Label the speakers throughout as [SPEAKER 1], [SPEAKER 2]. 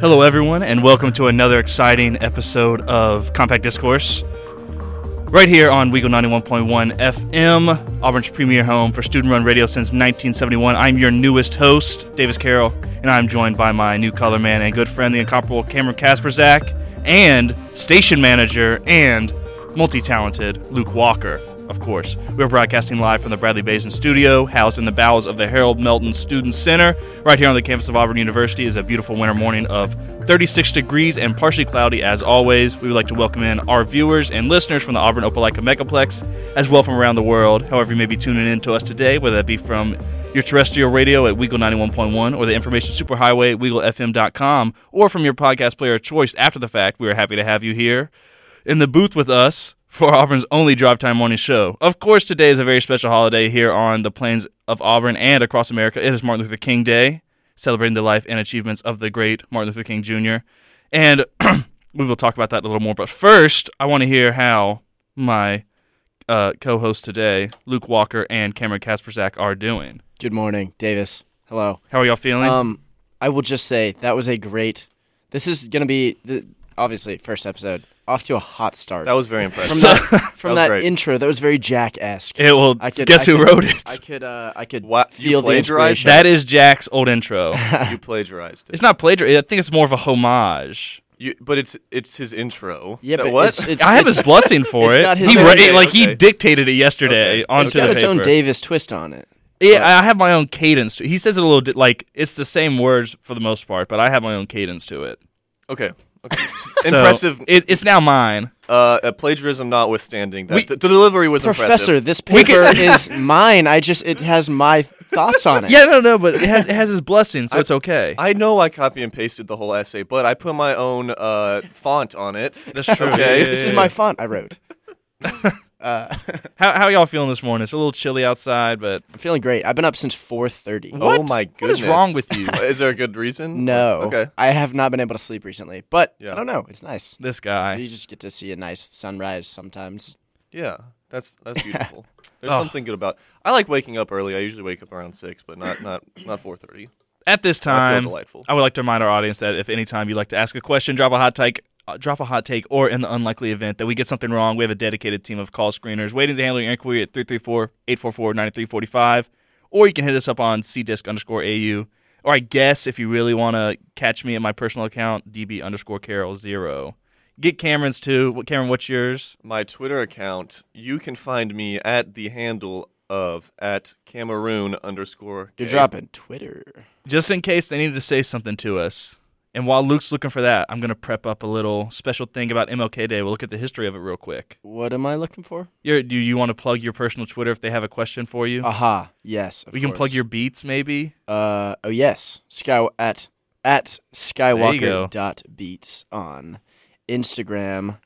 [SPEAKER 1] Hello, everyone, and welcome to another exciting episode of Compact Discourse. Right here on Weagle 91.1 FM, Auburn's premier home for student run radio since 1971. I'm your newest host, Davis Carroll, and I'm joined by my new color man and good friend, the incomparable Cameron Kasperzak, and station manager and multi talented Luke Walker. Of course, we're broadcasting live from the Bradley Basin studio, housed in the bowels of the Harold Melton Student Center, right here on the campus of Auburn University. is a beautiful winter morning of 36 degrees and partially cloudy as always. We would like to welcome in our viewers and listeners from the Auburn Opelika Megaplex, as well from around the world. However, you may be tuning in to us today, whether that be from your terrestrial radio at Weagle 91.1 or the information superhighway at WeagleFM.com or from your podcast player of choice after the fact. We are happy to have you here in the booth with us for Auburn's only drive time morning show. Of course, today is a very special holiday here on the plains of Auburn and across America. It is Martin Luther King Day, celebrating the life and achievements of the great Martin Luther King Jr. And we will talk about that a little more. But first, I want to hear how my uh, co hosts today, Luke Walker and Cameron Kasperzak, are doing.
[SPEAKER 2] Good morning, Davis. Hello.
[SPEAKER 1] How are y'all feeling?
[SPEAKER 2] Um, I will just say that was a great. This is gonna be the, obviously first episode off to a hot start.
[SPEAKER 3] That was very impressive.
[SPEAKER 2] from that, from
[SPEAKER 3] that
[SPEAKER 2] that,
[SPEAKER 3] was great.
[SPEAKER 2] intro. That was very Jack esque.
[SPEAKER 1] it will guess who wrote it.
[SPEAKER 2] I could. Uh, I could
[SPEAKER 3] What? You
[SPEAKER 2] feel the
[SPEAKER 3] plagiarized
[SPEAKER 2] inspiration.
[SPEAKER 1] that is Jack's old intro.
[SPEAKER 3] you plagiarized it.
[SPEAKER 1] it's not plagiarism. I think it's more of a homage.
[SPEAKER 3] You, but it's it's his intro.
[SPEAKER 2] Yeah,
[SPEAKER 3] That-
[SPEAKER 2] but
[SPEAKER 3] what?
[SPEAKER 2] it's- it's-
[SPEAKER 1] I have his blessing for
[SPEAKER 2] it's
[SPEAKER 1] it.
[SPEAKER 2] not his
[SPEAKER 1] he
[SPEAKER 2] own
[SPEAKER 1] ra-
[SPEAKER 3] day,
[SPEAKER 1] like he
[SPEAKER 3] okay.
[SPEAKER 1] dictated it yesterday
[SPEAKER 3] Okay.
[SPEAKER 1] onto
[SPEAKER 2] it's got
[SPEAKER 1] the
[SPEAKER 2] its
[SPEAKER 1] paper.
[SPEAKER 2] own Davis twist on it.
[SPEAKER 1] Yeah, I I have my own cadence. To He says it a little di- like it's the same words for the most part, but I have my own cadence to it.
[SPEAKER 3] okay. okay.
[SPEAKER 1] So,
[SPEAKER 3] impressive.
[SPEAKER 1] It, it's now mine.
[SPEAKER 3] uh, uh, plagiarism notwithstanding, that
[SPEAKER 1] We-
[SPEAKER 3] the, the delivery was
[SPEAKER 2] Professor,
[SPEAKER 3] impressive.
[SPEAKER 2] this paper is mine. I just it has my thoughts on it.
[SPEAKER 1] Yeah, no, no, but it has it has his blessing, so it's okay.
[SPEAKER 3] I know I copy and pasted the whole essay, but I put my own uh, font on it.
[SPEAKER 1] That's true.
[SPEAKER 3] Okay.
[SPEAKER 1] Yeah,
[SPEAKER 2] This
[SPEAKER 1] yeah,
[SPEAKER 2] is
[SPEAKER 1] yeah.
[SPEAKER 2] my font I wrote.
[SPEAKER 1] How how y'all feeling this morning? It's a little chilly outside, but
[SPEAKER 2] I'm feeling great. I've been up since 4:30.
[SPEAKER 3] Oh
[SPEAKER 1] What?
[SPEAKER 3] my
[SPEAKER 1] What is
[SPEAKER 3] goodness!
[SPEAKER 1] wrong with you?
[SPEAKER 3] is there a good reason?
[SPEAKER 2] No,
[SPEAKER 3] Okay.
[SPEAKER 2] I have not been able to sleep recently, but
[SPEAKER 3] Yeah.
[SPEAKER 2] I don't know. It's nice.
[SPEAKER 1] this guy.
[SPEAKER 2] You just get to see a nice sunrise sometimes.
[SPEAKER 3] Yeah. That's that's beautiful. There's
[SPEAKER 1] Ugh.
[SPEAKER 3] something good about. I like waking up early. I usually wake up around six, but not not not four thirty.
[SPEAKER 1] At this time,
[SPEAKER 3] delightful.
[SPEAKER 1] I would like to remind our audience that if any time you'd like to ask a question, drop a hot take, uh, drop a hot take, or in the unlikely event that we get something wrong, we have a dedicated team of call screeners waiting to handle your inquiry at 334-844-9345. Or you can hit us up on cdisc underscore au. Or I guess if you really want to catch me at my personal account, db underscore carol zero. Get Cameron's too. What Cameron, what's yours?
[SPEAKER 3] my Twitter account, you can find me at the handle of at Cameroon underscore.
[SPEAKER 2] You're
[SPEAKER 3] K.
[SPEAKER 2] dropping Twitter.
[SPEAKER 1] Just in case they needed to say something to us. And while Luke's looking for that, I'm going to prep up a little special thing about MLK Day. We'll look at the history of it real quick.
[SPEAKER 2] What am I looking for?
[SPEAKER 1] Your, do you want to plug your personal Twitter if they have a question for you?
[SPEAKER 2] Aha, yes. of
[SPEAKER 1] we can plug
[SPEAKER 2] course.
[SPEAKER 1] your beats, maybe.
[SPEAKER 2] Uh oh yes. Sky at at
[SPEAKER 1] go.
[SPEAKER 2] skywalker dot beats on Instagram.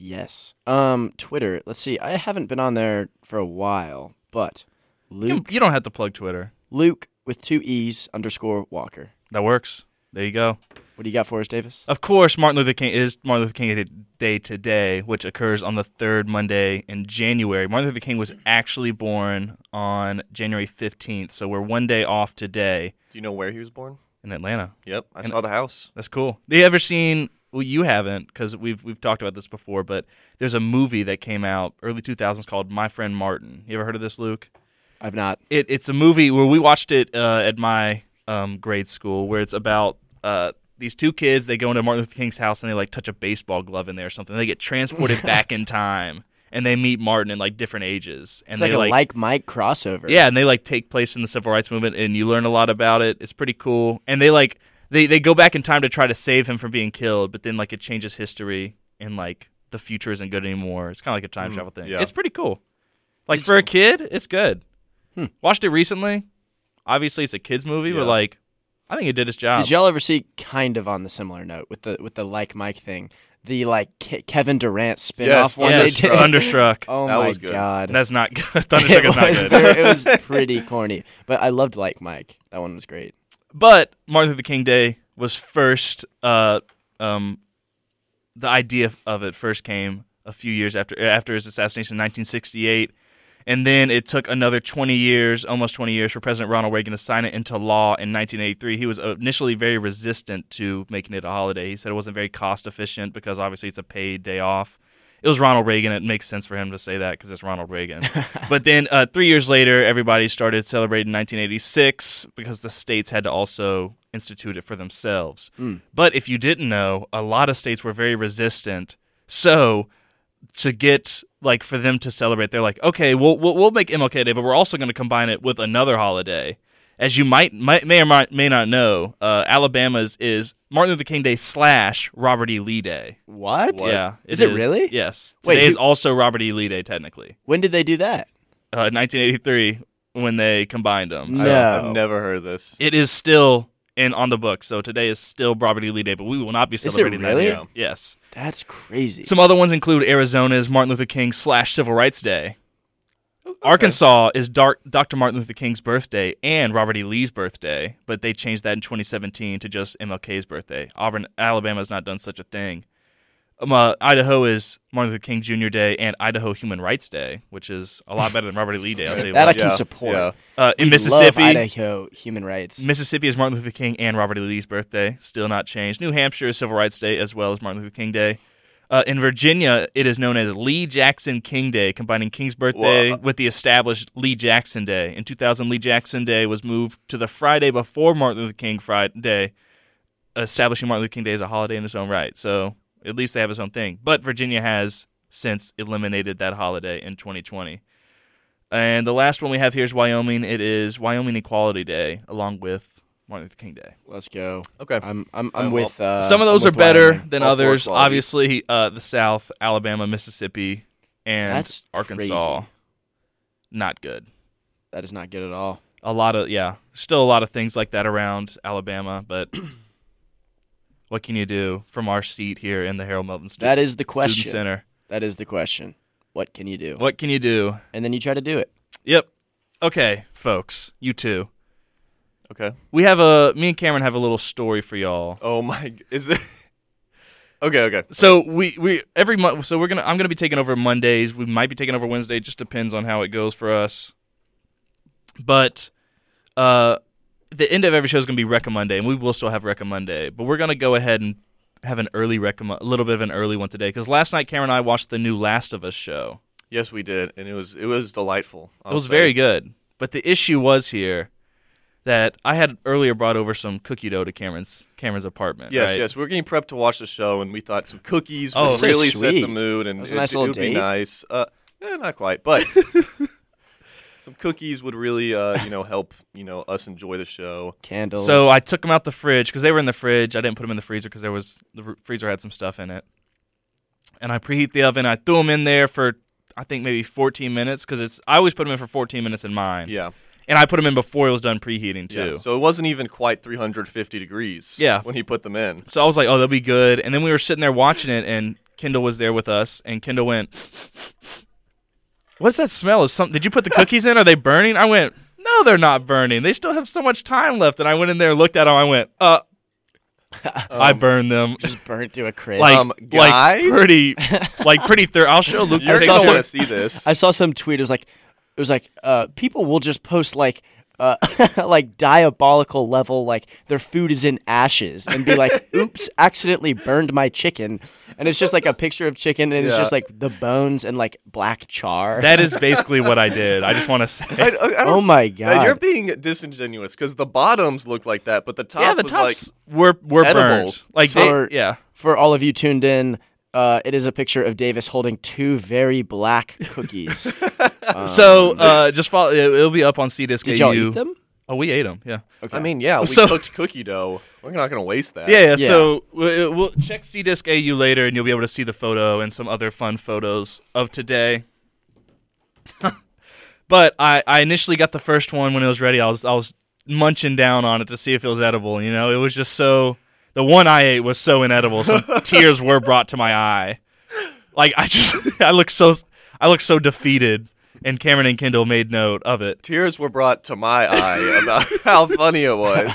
[SPEAKER 2] Yes. Um Twitter. Let's see. I haven't been on there for a while, but
[SPEAKER 1] You,
[SPEAKER 2] Luke
[SPEAKER 1] can- you don't have to plug Twitter.
[SPEAKER 2] Luke with two E's underscore Walker.
[SPEAKER 1] That works. There you go.
[SPEAKER 2] What do you got for us, Davis?
[SPEAKER 1] Of course, Martin Luther King is Martin Luther King Day today, which occurs on the third Monday in January. Martin Luther King was actually born on January 15th, so we're one day off today
[SPEAKER 3] Do you know where he was born?
[SPEAKER 1] in Atlanta.
[SPEAKER 3] Yep, I
[SPEAKER 1] And-
[SPEAKER 3] saw the house.
[SPEAKER 1] That's cool. They ever seen? Well, you haven't because we've we've talked about this before. But there's a movie that came out early 2000s called My Friend Martin. You ever heard of this, Luke?
[SPEAKER 2] I've not.
[SPEAKER 1] it, it's a movie where we watched it uh, at my um, grade school where it's about uh, these two kids they go into martin luther king's house and they like touch a baseball glove in there or something they get transported back in time and they meet martin in like different ages and
[SPEAKER 2] It's
[SPEAKER 1] they
[SPEAKER 2] like a like, Mike crossover.
[SPEAKER 1] yeah, and they like take place in the civil rights movement, and you learn a lot about it. It's pretty cool. And they like they they go back in time to try to save him from being killed, but then like it changes history, and like the future isn't good anymore. It's kind of like a time
[SPEAKER 2] Hmm.
[SPEAKER 3] Mm,
[SPEAKER 1] travel thing.
[SPEAKER 3] yeah.
[SPEAKER 1] It's pretty cool. Like for a kid, it's good.
[SPEAKER 2] Hmm.
[SPEAKER 1] Watched it recently. Obviously, it's a kids movie,
[SPEAKER 3] Yeah.
[SPEAKER 1] but like I think it did its job.
[SPEAKER 2] Did y'all ever see kind of on the similar note with the with the like Mike thing, the like Ke- Kevin Durant spinoff
[SPEAKER 3] Yes,
[SPEAKER 2] one
[SPEAKER 1] yes,
[SPEAKER 2] they did?
[SPEAKER 1] Thunderstruck.
[SPEAKER 2] oh
[SPEAKER 3] That
[SPEAKER 2] my
[SPEAKER 3] was good.
[SPEAKER 2] god,
[SPEAKER 1] That's not good. Thunderstruck is not
[SPEAKER 2] was
[SPEAKER 1] good.
[SPEAKER 2] very- it was pretty corny, but I loved like Mike. That one was great.
[SPEAKER 1] But Martin Luther King Day was first. Uh, um, the idea of it first came a few years after after his assassination in 1968, And then it took another 20 years, almost 20 years, for President Ronald Reagan to sign it into law in 1983. He was initially very resistant to making it a holiday. He said it wasn't very cost efficient because obviously it's a paid day off. It was Ronald Reagan. It makes sense for him to say that because it's Ronald Reagan. but then uh, three years later, everybody started celebrating 1986 because the states had to also institute it for themselves. But if you didn't know, a lot of states were very resistant. So to get like for them to celebrate, they're like, okay, we'll we'll, we'll make MLK Day, but we're also going to combine it with another holiday. As you might, might may or might, may not know, uh, Alabama's is Martin Luther King Day slash Robert E. Lee Day.
[SPEAKER 2] What?
[SPEAKER 1] Yeah,
[SPEAKER 2] Is it really?
[SPEAKER 1] Yes.
[SPEAKER 2] Wait,
[SPEAKER 1] Today
[SPEAKER 2] who-
[SPEAKER 1] is also Robert E. Lee Day technically.
[SPEAKER 2] When did they do that?
[SPEAKER 1] Uh, 1983 when they combined them.
[SPEAKER 3] I
[SPEAKER 1] So
[SPEAKER 3] don't-
[SPEAKER 2] No.
[SPEAKER 3] I've never heard this.
[SPEAKER 1] it is still in on the book. So today is still Robert E. Lee Day, but we will not be
[SPEAKER 2] it
[SPEAKER 1] celebrating
[SPEAKER 2] really?
[SPEAKER 1] that. Day. Yes.
[SPEAKER 2] That's crazy.
[SPEAKER 1] Some other ones include Arizona's Martin Luther King slash Civil Rights Day. Arkansas is Dark, Dr. Martin Luther King's birthday and Robert E. Lee's birthday, but they changed that in 2017 to just MLK's birthday. Auburn, Alabama has not done such a thing. Um, uh, Idaho is Martin Luther King Jr. Day and Idaho Human Rights Day, which is a lot better than Robert E. Lee Day. I'll tell you
[SPEAKER 2] that I
[SPEAKER 1] what.
[SPEAKER 2] can
[SPEAKER 3] Yeah,
[SPEAKER 2] support.
[SPEAKER 3] yeah.
[SPEAKER 1] Uh, in
[SPEAKER 2] We
[SPEAKER 1] Mississippi,
[SPEAKER 2] love Idaho human rights.
[SPEAKER 1] Mississippi is Martin Luther King and Robert E. Lee's birthday, still not changed. New Hampshire is Civil Rights Day as well as Martin Luther King Day. Uh, in Virginia, it is known as Lee Jackson King Day, combining King's birthday
[SPEAKER 3] Wha-
[SPEAKER 1] with the established Lee Jackson Day. In 2000, Lee Jackson Day was moved to the Friday before Martin Luther King Friday, establishing Martin Luther King Day as a holiday in its own right. So at least they have its own thing. But Virginia has since eliminated that holiday in 2020. And the last one we have here is Wyoming. It is Wyoming Equality Day, along with Martin Luther King Day.
[SPEAKER 2] Let's go.
[SPEAKER 3] Okay.
[SPEAKER 2] I'm I'm,
[SPEAKER 3] I'm
[SPEAKER 2] I'm with uh,
[SPEAKER 1] Some of those
[SPEAKER 2] I'm
[SPEAKER 1] are
[SPEAKER 2] with
[SPEAKER 1] better
[SPEAKER 2] Wyoming.
[SPEAKER 1] than
[SPEAKER 3] All for
[SPEAKER 1] others.
[SPEAKER 3] equality.
[SPEAKER 1] Obviously, uh, the South, Alabama, Mississippi, and
[SPEAKER 2] That's
[SPEAKER 1] Arkansas.
[SPEAKER 2] crazy.
[SPEAKER 1] Not good.
[SPEAKER 2] That is not good at all.
[SPEAKER 1] A lot of yeah, still a lot of things like that around Alabama, but what can you do from our seat here in the Harold Melvin Stu-
[SPEAKER 2] That is the
[SPEAKER 1] Student
[SPEAKER 2] question.
[SPEAKER 1] Center?
[SPEAKER 2] That is the question. What can you do?
[SPEAKER 1] What can you do?
[SPEAKER 2] And then you try to do it.
[SPEAKER 1] Yep. Okay, folks, you too.
[SPEAKER 3] Okay.
[SPEAKER 1] We have a me and Cameron have a little story for y'all.
[SPEAKER 3] Oh my. g- Is it? okay. Okay.
[SPEAKER 1] So we we every month. So we're gonna I'm gonna be taking over Mondays. We might be taking over Wednesday. Just depends on how it goes for us. But uh, the end of every show is gonna be Recommend Monday, and we will still have Recommend Monday. But we're gonna go ahead and have an early recommend, a little bit of an early one today, because last night Cameron and I watched the new Last of Us show.
[SPEAKER 3] Yes, we did, and it was it was delightful.
[SPEAKER 1] It was
[SPEAKER 3] honestly.
[SPEAKER 1] very good. But the issue was here that I had earlier brought over some cookie dough to Cameron's Cameron's apartment.
[SPEAKER 3] Yes,
[SPEAKER 1] right?
[SPEAKER 3] yes. We were getting prepped to watch the show, and we thought some cookies
[SPEAKER 1] Oh,
[SPEAKER 3] would
[SPEAKER 1] so
[SPEAKER 3] really set the
[SPEAKER 2] sweet.
[SPEAKER 3] mood, and
[SPEAKER 2] That was
[SPEAKER 3] it,
[SPEAKER 2] a nice
[SPEAKER 3] it
[SPEAKER 2] little
[SPEAKER 3] would be
[SPEAKER 2] date.
[SPEAKER 3] nice. Uh, eh, not quite, but some cookies would really, uh, you know, help you know us enjoy the show.
[SPEAKER 2] Candles.
[SPEAKER 1] So I took them out the fridge because they were in the fridge. I didn't put them in the freezer because there was the r- freezer had some stuff in it. And I preheat the oven. I threw them in there for I think maybe 14 minutes because it's I always put them in for 14 minutes in mine.
[SPEAKER 3] Yeah,
[SPEAKER 1] And I put them in before it was done preheating too.
[SPEAKER 3] yeah. So it wasn't even quite 350 degrees.
[SPEAKER 1] Yeah.
[SPEAKER 3] when he put them in.
[SPEAKER 1] So I was like, oh, that'll be good. And then we were sitting there watching it, and Kendall was there with us, and Kendall went, "What's that smell? Is some? Did you put the cookies in? Are they burning?" I went, "No, they're not burning. They still have so much time left." And I went in there, looked at them, I went, "Uh." I burned them.
[SPEAKER 2] Um, just burnt to a crisp.
[SPEAKER 1] like,
[SPEAKER 3] Um,
[SPEAKER 1] like
[SPEAKER 3] guys?
[SPEAKER 1] pretty, like pretty thorough. I'll show Luke.
[SPEAKER 3] You're
[SPEAKER 1] I
[SPEAKER 3] gonna
[SPEAKER 1] saw
[SPEAKER 3] want to
[SPEAKER 1] some-
[SPEAKER 3] see this.
[SPEAKER 2] I saw some tweet. It was like, it was like, uh, people will just post like, uh, like diabolical level, like their food is in ashes, and be like, "Oops, accidentally burned my chicken," and it's just like a picture of chicken, and it's
[SPEAKER 3] Yeah.
[SPEAKER 2] just like the bones and like black char.
[SPEAKER 1] that is basically what I did. I just want to say.
[SPEAKER 3] I, I- I don't-
[SPEAKER 2] oh my
[SPEAKER 3] uh,
[SPEAKER 2] god!
[SPEAKER 3] you're being disingenuous because the bottoms look like that, but the top
[SPEAKER 1] yeah, the
[SPEAKER 3] was
[SPEAKER 1] tops were were
[SPEAKER 3] edible.
[SPEAKER 1] burned. Like they-
[SPEAKER 2] For-
[SPEAKER 1] yeah,
[SPEAKER 2] For all of you tuned in, uh, it is a picture of Davis holding two very black cookies.
[SPEAKER 1] so uh, just follow. It, will be up on CDisc.
[SPEAKER 2] um, Did y'all eat them?
[SPEAKER 1] Oh, we ate them. Yeah.
[SPEAKER 3] like. I mean, yeah, we
[SPEAKER 1] So-
[SPEAKER 3] cooked cookie dough. We're not gonna waste that.
[SPEAKER 1] Yeah, yeah, So we'll, we'll check CDisc AU later, and you'll be able to see the photo and some other fun photos of today. but I, I initially got the first one when it was ready. I was I was munching down on it to see if it was edible. You know, it was just so. The one I ate was so inedible. Some tears were brought to my eye. Like I just I look so I look so defeated. and Cameron and Kendall made note of it.
[SPEAKER 3] Tears were brought to my eye about how funny it was.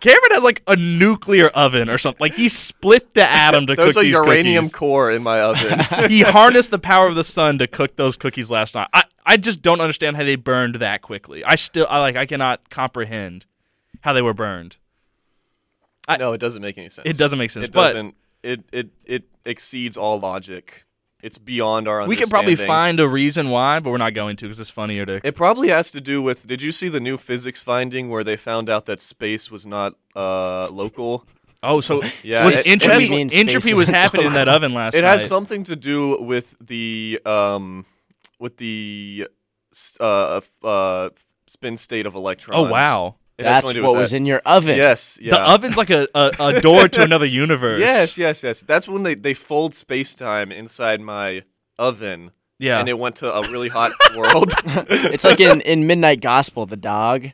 [SPEAKER 1] Cameron has like a nuclear oven or something. Like he split the atom to
[SPEAKER 3] There's
[SPEAKER 1] cook
[SPEAKER 3] a
[SPEAKER 1] these
[SPEAKER 3] uranium
[SPEAKER 1] cookies.
[SPEAKER 3] core in my oven.
[SPEAKER 1] he harnessed the power of the sun to cook those cookies last night. I, I just don't understand how they burned that quickly. I still I like I cannot comprehend how they were burned.
[SPEAKER 3] no, it doesn't make any sense.
[SPEAKER 1] It doesn't make sense.
[SPEAKER 3] It
[SPEAKER 1] but
[SPEAKER 3] doesn't. It it it exceeds all logic. It's beyond our.
[SPEAKER 1] we could probably
[SPEAKER 3] understanding.
[SPEAKER 1] find a reason why, but we're not going to because it's funnier to.
[SPEAKER 3] It probably has to do with. Did you see the new physics finding where they found out that space was not uh, local?
[SPEAKER 1] oh, so so
[SPEAKER 3] Yeah, it- it
[SPEAKER 1] entropy,
[SPEAKER 3] has-
[SPEAKER 2] means
[SPEAKER 1] entropy
[SPEAKER 2] space
[SPEAKER 1] was
[SPEAKER 2] isn't
[SPEAKER 1] happening in that oven last
[SPEAKER 3] It
[SPEAKER 1] night.
[SPEAKER 3] has something to do with the um, with the s- uh, f- uh, spin state of electrons.
[SPEAKER 1] oh wow,
[SPEAKER 3] It has
[SPEAKER 2] That's
[SPEAKER 3] something to do
[SPEAKER 2] what
[SPEAKER 3] with
[SPEAKER 2] was
[SPEAKER 3] that.
[SPEAKER 2] in your oven.
[SPEAKER 3] Yes. Yeah.
[SPEAKER 1] the oven's like a, a, a door to another universe.
[SPEAKER 3] Yes, yes, yes. That's when they, they fold space time inside my oven.
[SPEAKER 1] Yeah.
[SPEAKER 3] And it went to a really hot world.
[SPEAKER 2] It's like in, in Midnight Gospel, the dog.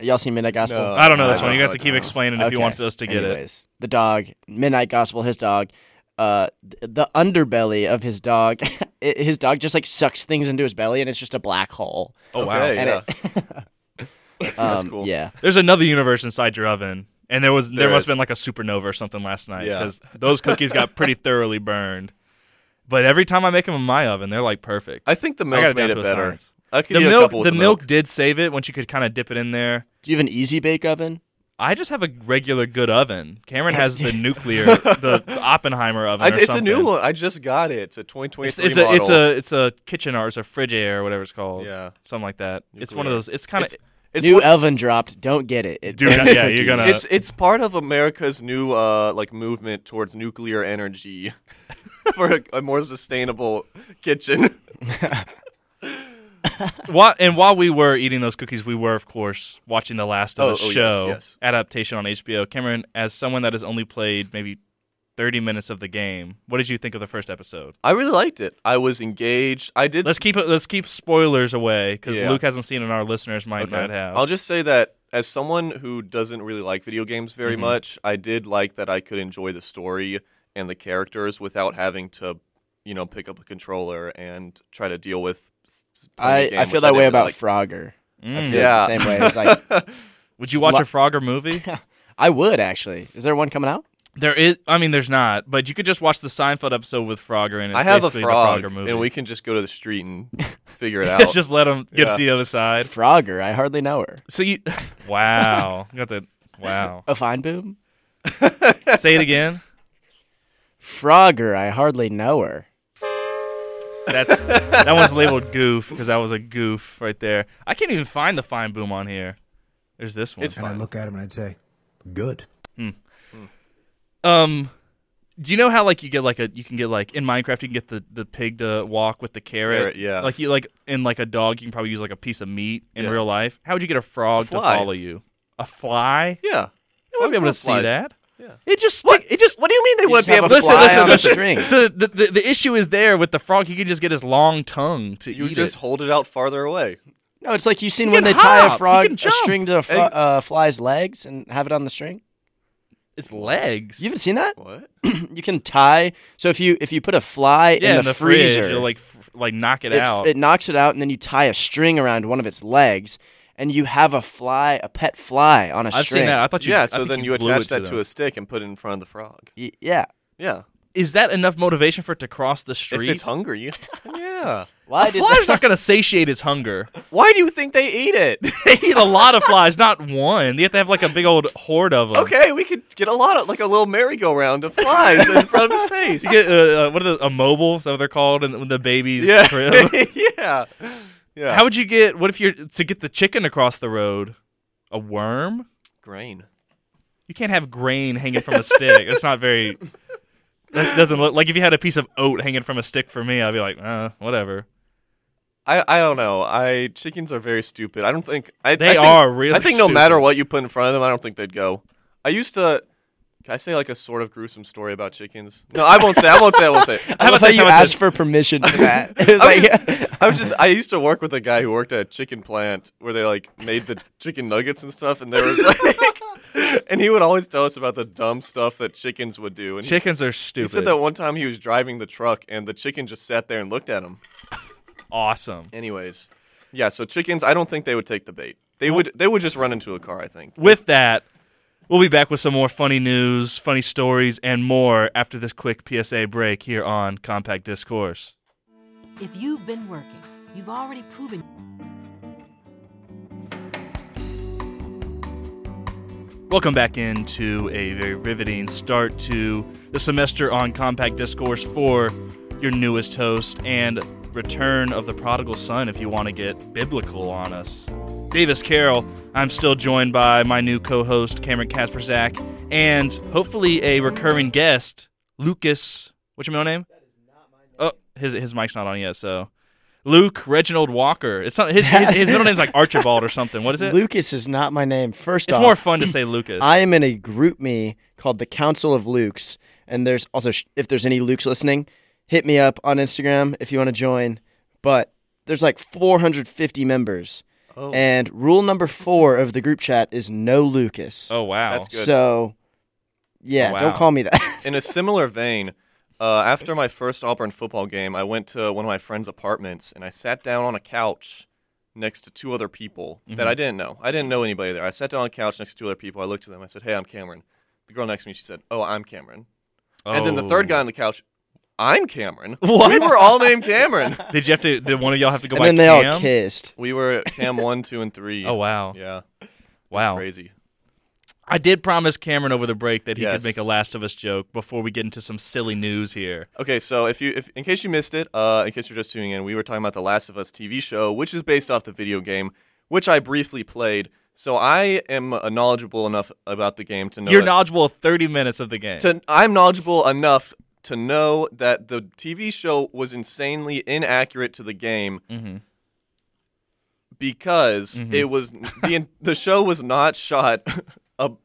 [SPEAKER 2] Y'all seen Midnight Gospel?
[SPEAKER 3] No.
[SPEAKER 1] I don't know
[SPEAKER 3] I
[SPEAKER 1] this one.
[SPEAKER 3] don't
[SPEAKER 1] You got
[SPEAKER 3] know
[SPEAKER 1] to
[SPEAKER 3] what
[SPEAKER 1] keep
[SPEAKER 3] that
[SPEAKER 1] explaining if you
[SPEAKER 2] Okay.
[SPEAKER 1] want us to get it.
[SPEAKER 2] Anyways, The dog, Midnight Gospel, his dog, uh, th- the underbelly of his dog, i- his dog just like sucks things into his belly, and it's just a black hole.
[SPEAKER 1] Oh wow.
[SPEAKER 3] Okay,
[SPEAKER 2] And
[SPEAKER 3] yeah. That's
[SPEAKER 2] Um,
[SPEAKER 3] cool.
[SPEAKER 2] Yeah,
[SPEAKER 1] There's another universe inside your oven, and there was there,
[SPEAKER 3] There
[SPEAKER 1] must
[SPEAKER 3] is.
[SPEAKER 1] have been like a supernova or something last night
[SPEAKER 3] Yeah.
[SPEAKER 1] because those cookies got pretty thoroughly burned. But every time I make them in my oven, they're like perfect.
[SPEAKER 3] I think the
[SPEAKER 1] I got
[SPEAKER 3] milk
[SPEAKER 1] down
[SPEAKER 3] made
[SPEAKER 1] to
[SPEAKER 3] it
[SPEAKER 1] a
[SPEAKER 3] better.
[SPEAKER 1] science.
[SPEAKER 3] I could
[SPEAKER 1] the
[SPEAKER 3] eat a
[SPEAKER 1] milk,
[SPEAKER 3] couple
[SPEAKER 1] the,
[SPEAKER 3] with
[SPEAKER 1] milk, did save it once you could kind of dip it in there.
[SPEAKER 2] do you have an easy bake oven?
[SPEAKER 1] I just have a regular good oven. Cameron has the nuclear, the Oppenheimer oven.
[SPEAKER 3] I-
[SPEAKER 1] or
[SPEAKER 3] it's
[SPEAKER 1] something.
[SPEAKER 3] a new one. I just got it. It's a 2023
[SPEAKER 1] It's, it's a
[SPEAKER 3] model.
[SPEAKER 1] it's a it's a kitchen or it's a fridge air or whatever it's called.
[SPEAKER 3] Yeah.
[SPEAKER 1] something like that. It's one of
[SPEAKER 3] Nuclear.
[SPEAKER 1] those. It's kind of
[SPEAKER 3] It's
[SPEAKER 2] New
[SPEAKER 3] one-
[SPEAKER 2] oven dropped. Don't get it. it
[SPEAKER 1] Dude,
[SPEAKER 2] burns
[SPEAKER 1] yeah, you're
[SPEAKER 2] cookies.
[SPEAKER 1] gonna-
[SPEAKER 3] it's it's part of America's new uh like movement towards nuclear energy for a, a more sustainable kitchen.
[SPEAKER 1] While, and while we were eating those cookies, we were, of course, watching the Last of
[SPEAKER 3] Oh,
[SPEAKER 1] Us
[SPEAKER 3] oh, yes,
[SPEAKER 1] show
[SPEAKER 3] yes.
[SPEAKER 1] adaptation on HBO. Cameron, as someone that has only played maybe thirty minutes of the game, what did you think of the first episode?
[SPEAKER 3] I really liked it. I was engaged. I did
[SPEAKER 1] Let's keep it. Let's keep spoilers away because
[SPEAKER 3] Yeah.
[SPEAKER 1] Luke hasn't seen it, and our listeners might not have.
[SPEAKER 3] I'll just say that as someone who doesn't really like video games very
[SPEAKER 1] Mm-hmm.
[SPEAKER 3] much, I did like that I could enjoy the story and the characters without having to, you know, pick up a controller and try to deal with. s- playing
[SPEAKER 2] I,
[SPEAKER 3] the game,
[SPEAKER 2] I feel that
[SPEAKER 3] which didn't
[SPEAKER 2] way
[SPEAKER 3] really
[SPEAKER 2] about
[SPEAKER 3] like.
[SPEAKER 2] Frogger. I
[SPEAKER 1] Mm.
[SPEAKER 2] feel
[SPEAKER 3] Yeah.
[SPEAKER 2] the same way. It's like
[SPEAKER 1] Would you watch
[SPEAKER 2] lo-
[SPEAKER 1] a Frogger movie?
[SPEAKER 2] I would actually. Is there one coming out?
[SPEAKER 1] there is. I mean, there's not, but you could just watch the Seinfeld episode with Frogger, and it's
[SPEAKER 3] I have a
[SPEAKER 1] basically
[SPEAKER 3] frog,
[SPEAKER 1] the Frogger movie.
[SPEAKER 3] and we can just go to the street and figure it out.
[SPEAKER 1] just let them get
[SPEAKER 3] Yeah.
[SPEAKER 1] to the other side.
[SPEAKER 2] Frogger. I hardly know her.
[SPEAKER 1] So you, wow, got the wow.
[SPEAKER 2] A fine boom.
[SPEAKER 1] Say it again.
[SPEAKER 2] Frogger. I hardly know her.
[SPEAKER 1] That's that one's labeled goof because that was a goof right there. I can't even find the fine boom on here. There's this one.
[SPEAKER 3] It's
[SPEAKER 4] And I
[SPEAKER 3] fine.
[SPEAKER 4] look at him and I'd say, good.
[SPEAKER 1] um, do you know how like you get like a you can get like in Minecraft you can get the the pig to walk with the carrot.
[SPEAKER 3] Carrot, yeah.
[SPEAKER 1] Like you like in like a dog you can probably use like a piece of meat in
[SPEAKER 3] Yeah.
[SPEAKER 1] real life. How would you get a frog to
[SPEAKER 3] fly.
[SPEAKER 1] follow you? A fly?
[SPEAKER 3] yeah,
[SPEAKER 1] You wouldn't be able to
[SPEAKER 3] Frogs
[SPEAKER 1] see
[SPEAKER 3] have flies.
[SPEAKER 1] that.
[SPEAKER 3] Yeah.
[SPEAKER 1] It just what? It just
[SPEAKER 3] What do you mean they
[SPEAKER 2] wouldn't
[SPEAKER 3] wouldn't
[SPEAKER 2] just
[SPEAKER 3] be
[SPEAKER 2] be have
[SPEAKER 3] able?
[SPEAKER 2] able to a
[SPEAKER 3] to
[SPEAKER 1] Listen,
[SPEAKER 2] fly
[SPEAKER 1] listen,
[SPEAKER 2] on a
[SPEAKER 1] listen. So
[SPEAKER 2] string.
[SPEAKER 1] the, the, the issue is there with the frog. He can just get his long tongue to
[SPEAKER 3] You
[SPEAKER 1] eat
[SPEAKER 3] just
[SPEAKER 1] it.
[SPEAKER 3] hold it out farther away.
[SPEAKER 2] No, it's like you've seen
[SPEAKER 1] He
[SPEAKER 2] when
[SPEAKER 1] can
[SPEAKER 2] they tie
[SPEAKER 1] hop. He
[SPEAKER 2] a frog
[SPEAKER 1] can
[SPEAKER 2] a
[SPEAKER 1] jump.
[SPEAKER 2] string to a fro-
[SPEAKER 1] Egg-
[SPEAKER 2] uh, fly's legs and have it on the string.
[SPEAKER 1] It's legs.
[SPEAKER 2] You haven't seen that?
[SPEAKER 3] What?
[SPEAKER 2] You can tie. So if you if you put a fly
[SPEAKER 1] yeah,
[SPEAKER 2] in the, freezer,
[SPEAKER 1] fridge, it'll like f- like knock it,
[SPEAKER 2] it,
[SPEAKER 1] out.
[SPEAKER 2] it knocks it out, and then you tie a string around one of its legs, and you have a fly, a pet fly on a
[SPEAKER 1] I've
[SPEAKER 2] string.
[SPEAKER 1] seen that. I thought you.
[SPEAKER 3] yeah.
[SPEAKER 1] I
[SPEAKER 3] So
[SPEAKER 1] think
[SPEAKER 3] then you
[SPEAKER 1] glue
[SPEAKER 3] attach
[SPEAKER 1] it
[SPEAKER 3] that to
[SPEAKER 1] them.
[SPEAKER 3] a stick and put it in front of the frog.
[SPEAKER 2] Y- yeah.
[SPEAKER 3] Yeah.
[SPEAKER 1] Is that enough motivation for it to cross the
[SPEAKER 3] If
[SPEAKER 1] street?
[SPEAKER 3] it's hungry, yeah.
[SPEAKER 2] Why
[SPEAKER 1] a fly's not going to satiate its hunger.
[SPEAKER 3] Why do you think they eat it?
[SPEAKER 1] They eat a lot of flies, not one. You have to have like a big old horde of them.
[SPEAKER 3] okay, we could get a lot of like a little merry-go-round of flies in front of his face.
[SPEAKER 1] You get uh, uh, what are the, a mobile? Is that what they're called? And the babies.
[SPEAKER 3] yeah, yeah, yeah.
[SPEAKER 1] How would you get? What if you're to get the chicken across the road? A worm?
[SPEAKER 3] grain?
[SPEAKER 1] You can't have grain hanging from a stick. That's not very. That doesn't look like if you had a piece of oat hanging from a stick for me, I'd be like, uh, whatever.
[SPEAKER 3] I, I don't know. I chickens are very stupid. I don't think I,
[SPEAKER 1] They
[SPEAKER 3] I think-
[SPEAKER 1] are really
[SPEAKER 3] I think
[SPEAKER 1] stupid.
[SPEAKER 3] no matter what you put in front of them, I don't think they'd go. I used to. Can I say like a sort of gruesome story about chickens? No, I won't say. I won't say. I won't say.
[SPEAKER 2] I
[SPEAKER 1] about
[SPEAKER 2] love how
[SPEAKER 1] this?
[SPEAKER 2] you
[SPEAKER 1] How about
[SPEAKER 2] asked
[SPEAKER 1] this?
[SPEAKER 2] for permission for that. It was
[SPEAKER 3] I
[SPEAKER 2] like,
[SPEAKER 3] was, I was just I used to work with a guy who worked at a chicken plant where they like made the chicken nuggets and stuff and there was like and he would always tell us about the dumb stuff that chickens would do and he-
[SPEAKER 1] Chickens are
[SPEAKER 3] he,
[SPEAKER 1] stupid.
[SPEAKER 3] said that one time he was driving the truck and the chicken just sat there and looked at him.
[SPEAKER 1] awesome.
[SPEAKER 3] Anyways, yeah. So chickens, I don't think they would take the bait. They would they would just run into a car. I think.
[SPEAKER 1] With that, we'll be back with some more funny news, funny stories, and more after this quick PSA break here on Compact Discourse.
[SPEAKER 5] If you've been working, you've already proven.
[SPEAKER 1] Welcome back into a very riveting start to the semester on Compact Discourse for your newest host and return of the prodigal son, if you want to get biblical on us. Davis Carroll. I'm still joined by my new co host, Cameron Kasperzak, and hopefully a recurring guest, Lucas. What's your middle name? Oh, his, his mic's not on yet, so. Luke Reginald Walker. It's not, his, his, his middle name's like Archibald or something. What is it?
[SPEAKER 2] Lucas is not my name. First
[SPEAKER 1] It's
[SPEAKER 2] off,
[SPEAKER 1] more fun to say Lucas.
[SPEAKER 2] I am in a group me called the Council of Lukes, and there's also sh- if there's any Lukes listening, hit me up on Instagram if you want to join. But there's like 450 members,
[SPEAKER 3] Oh.
[SPEAKER 2] and rule number four of the group chat is no Lucas.
[SPEAKER 1] oh, wow.
[SPEAKER 3] That's good. Oh,
[SPEAKER 2] so yeah,
[SPEAKER 1] Wow.
[SPEAKER 2] don't call me that.
[SPEAKER 3] In a similar vein, uh, after my first Auburn football game, I went to one of my friend's apartments and I sat down on a couch next to two other people
[SPEAKER 1] Mm-hmm.
[SPEAKER 3] that I didn't know. I didn't know anybody there. I sat down on a couch next to two other people. I looked at them. I said, "Hey, I'm Cameron." The girl next to me, she said, "Oh, I'm Cameron." And then the
[SPEAKER 1] Oh.
[SPEAKER 3] third guy on the couch, "I'm Cameron."
[SPEAKER 1] What?
[SPEAKER 3] We were all named Cameron.
[SPEAKER 1] Did you have to? Did one of y'all have to go
[SPEAKER 2] and
[SPEAKER 1] by
[SPEAKER 2] then they
[SPEAKER 1] Cam?
[SPEAKER 2] all kissed.
[SPEAKER 3] we were Cam one, two, and three.
[SPEAKER 1] Oh wow,
[SPEAKER 3] Yeah,
[SPEAKER 1] wow!
[SPEAKER 3] crazy.
[SPEAKER 1] I did promise Cameron over the break that he could
[SPEAKER 3] Yes.
[SPEAKER 1] make a Last of Us joke before we get into some silly news here.
[SPEAKER 3] Okay, so if you, if in case you missed it, uh, in case you're just tuning in, we were talking about the Last of Us TV show, which is based off the video game, which I briefly played. So I am uh, knowledgeable enough about the game to know.
[SPEAKER 1] You're
[SPEAKER 3] that-
[SPEAKER 1] knowledgeable of 30 minutes of the game.
[SPEAKER 3] To, I'm knowledgeable enough to know that the TV show was insanely inaccurate to the game
[SPEAKER 1] Mm-hmm.
[SPEAKER 3] because it was the en- the show was not shot up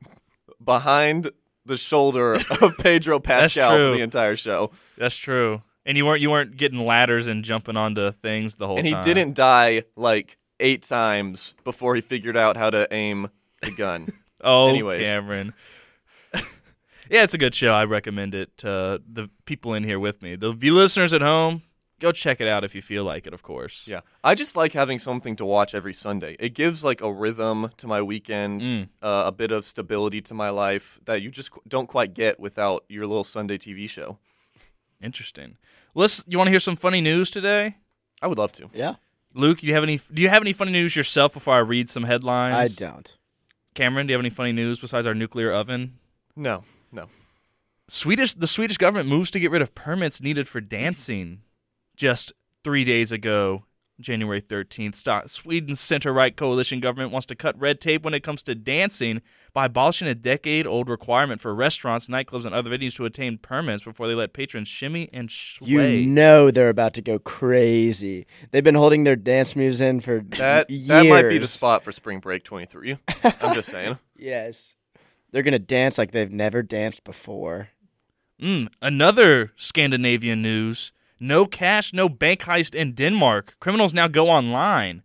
[SPEAKER 3] behind the shoulder of Pedro Pascal for
[SPEAKER 1] true.
[SPEAKER 3] the entire show.
[SPEAKER 1] That's true. And you weren't you weren't getting ladders and jumping onto things the whole
[SPEAKER 3] and
[SPEAKER 1] time.
[SPEAKER 3] he didn't die like eight times before he figured out how to aim the gun.
[SPEAKER 1] Oh,
[SPEAKER 3] Anyways.
[SPEAKER 1] Cameron. yeah, it's a good show. I recommend it to the people in here with me. The view listeners at home, go check it out if you feel like it. Of course.
[SPEAKER 3] yeah, I just like having something to watch every Sunday. It gives like a rhythm to my weekend,
[SPEAKER 1] Mm.
[SPEAKER 3] uh, a bit of stability to my life that you just qu- don't quite get without your little Sunday TV show.
[SPEAKER 1] Interesting. Let's. You want to hear some funny news today?
[SPEAKER 3] I would love to.
[SPEAKER 2] Yeah,
[SPEAKER 1] Luke, do you have any? Do you have any funny news yourself before I read some headlines?
[SPEAKER 2] I don't.
[SPEAKER 1] Cameron, do you have any funny news besides our nuclear oven?
[SPEAKER 3] No, no.
[SPEAKER 1] Swedish, the Swedish government moves to get rid of permits needed for dancing. Just three days ago, January 13th, sto- Sweden's center right coalition government wants to cut red tape when it comes to dancing by abolishing a decade old requirement for restaurants, nightclubs, and other venues to obtain permits before they let patrons shimmy and
[SPEAKER 2] You
[SPEAKER 1] sway.
[SPEAKER 2] know they're about to go crazy. They've been holding their dance moves in for
[SPEAKER 3] That
[SPEAKER 2] years.
[SPEAKER 3] that might be the spot for Spring Break 23. I'm just saying.
[SPEAKER 2] Yes. They're going to dance like they've never danced before.
[SPEAKER 1] Mm, another Scandinavian news. No cash, no bank heist in Denmark. Criminals now go online.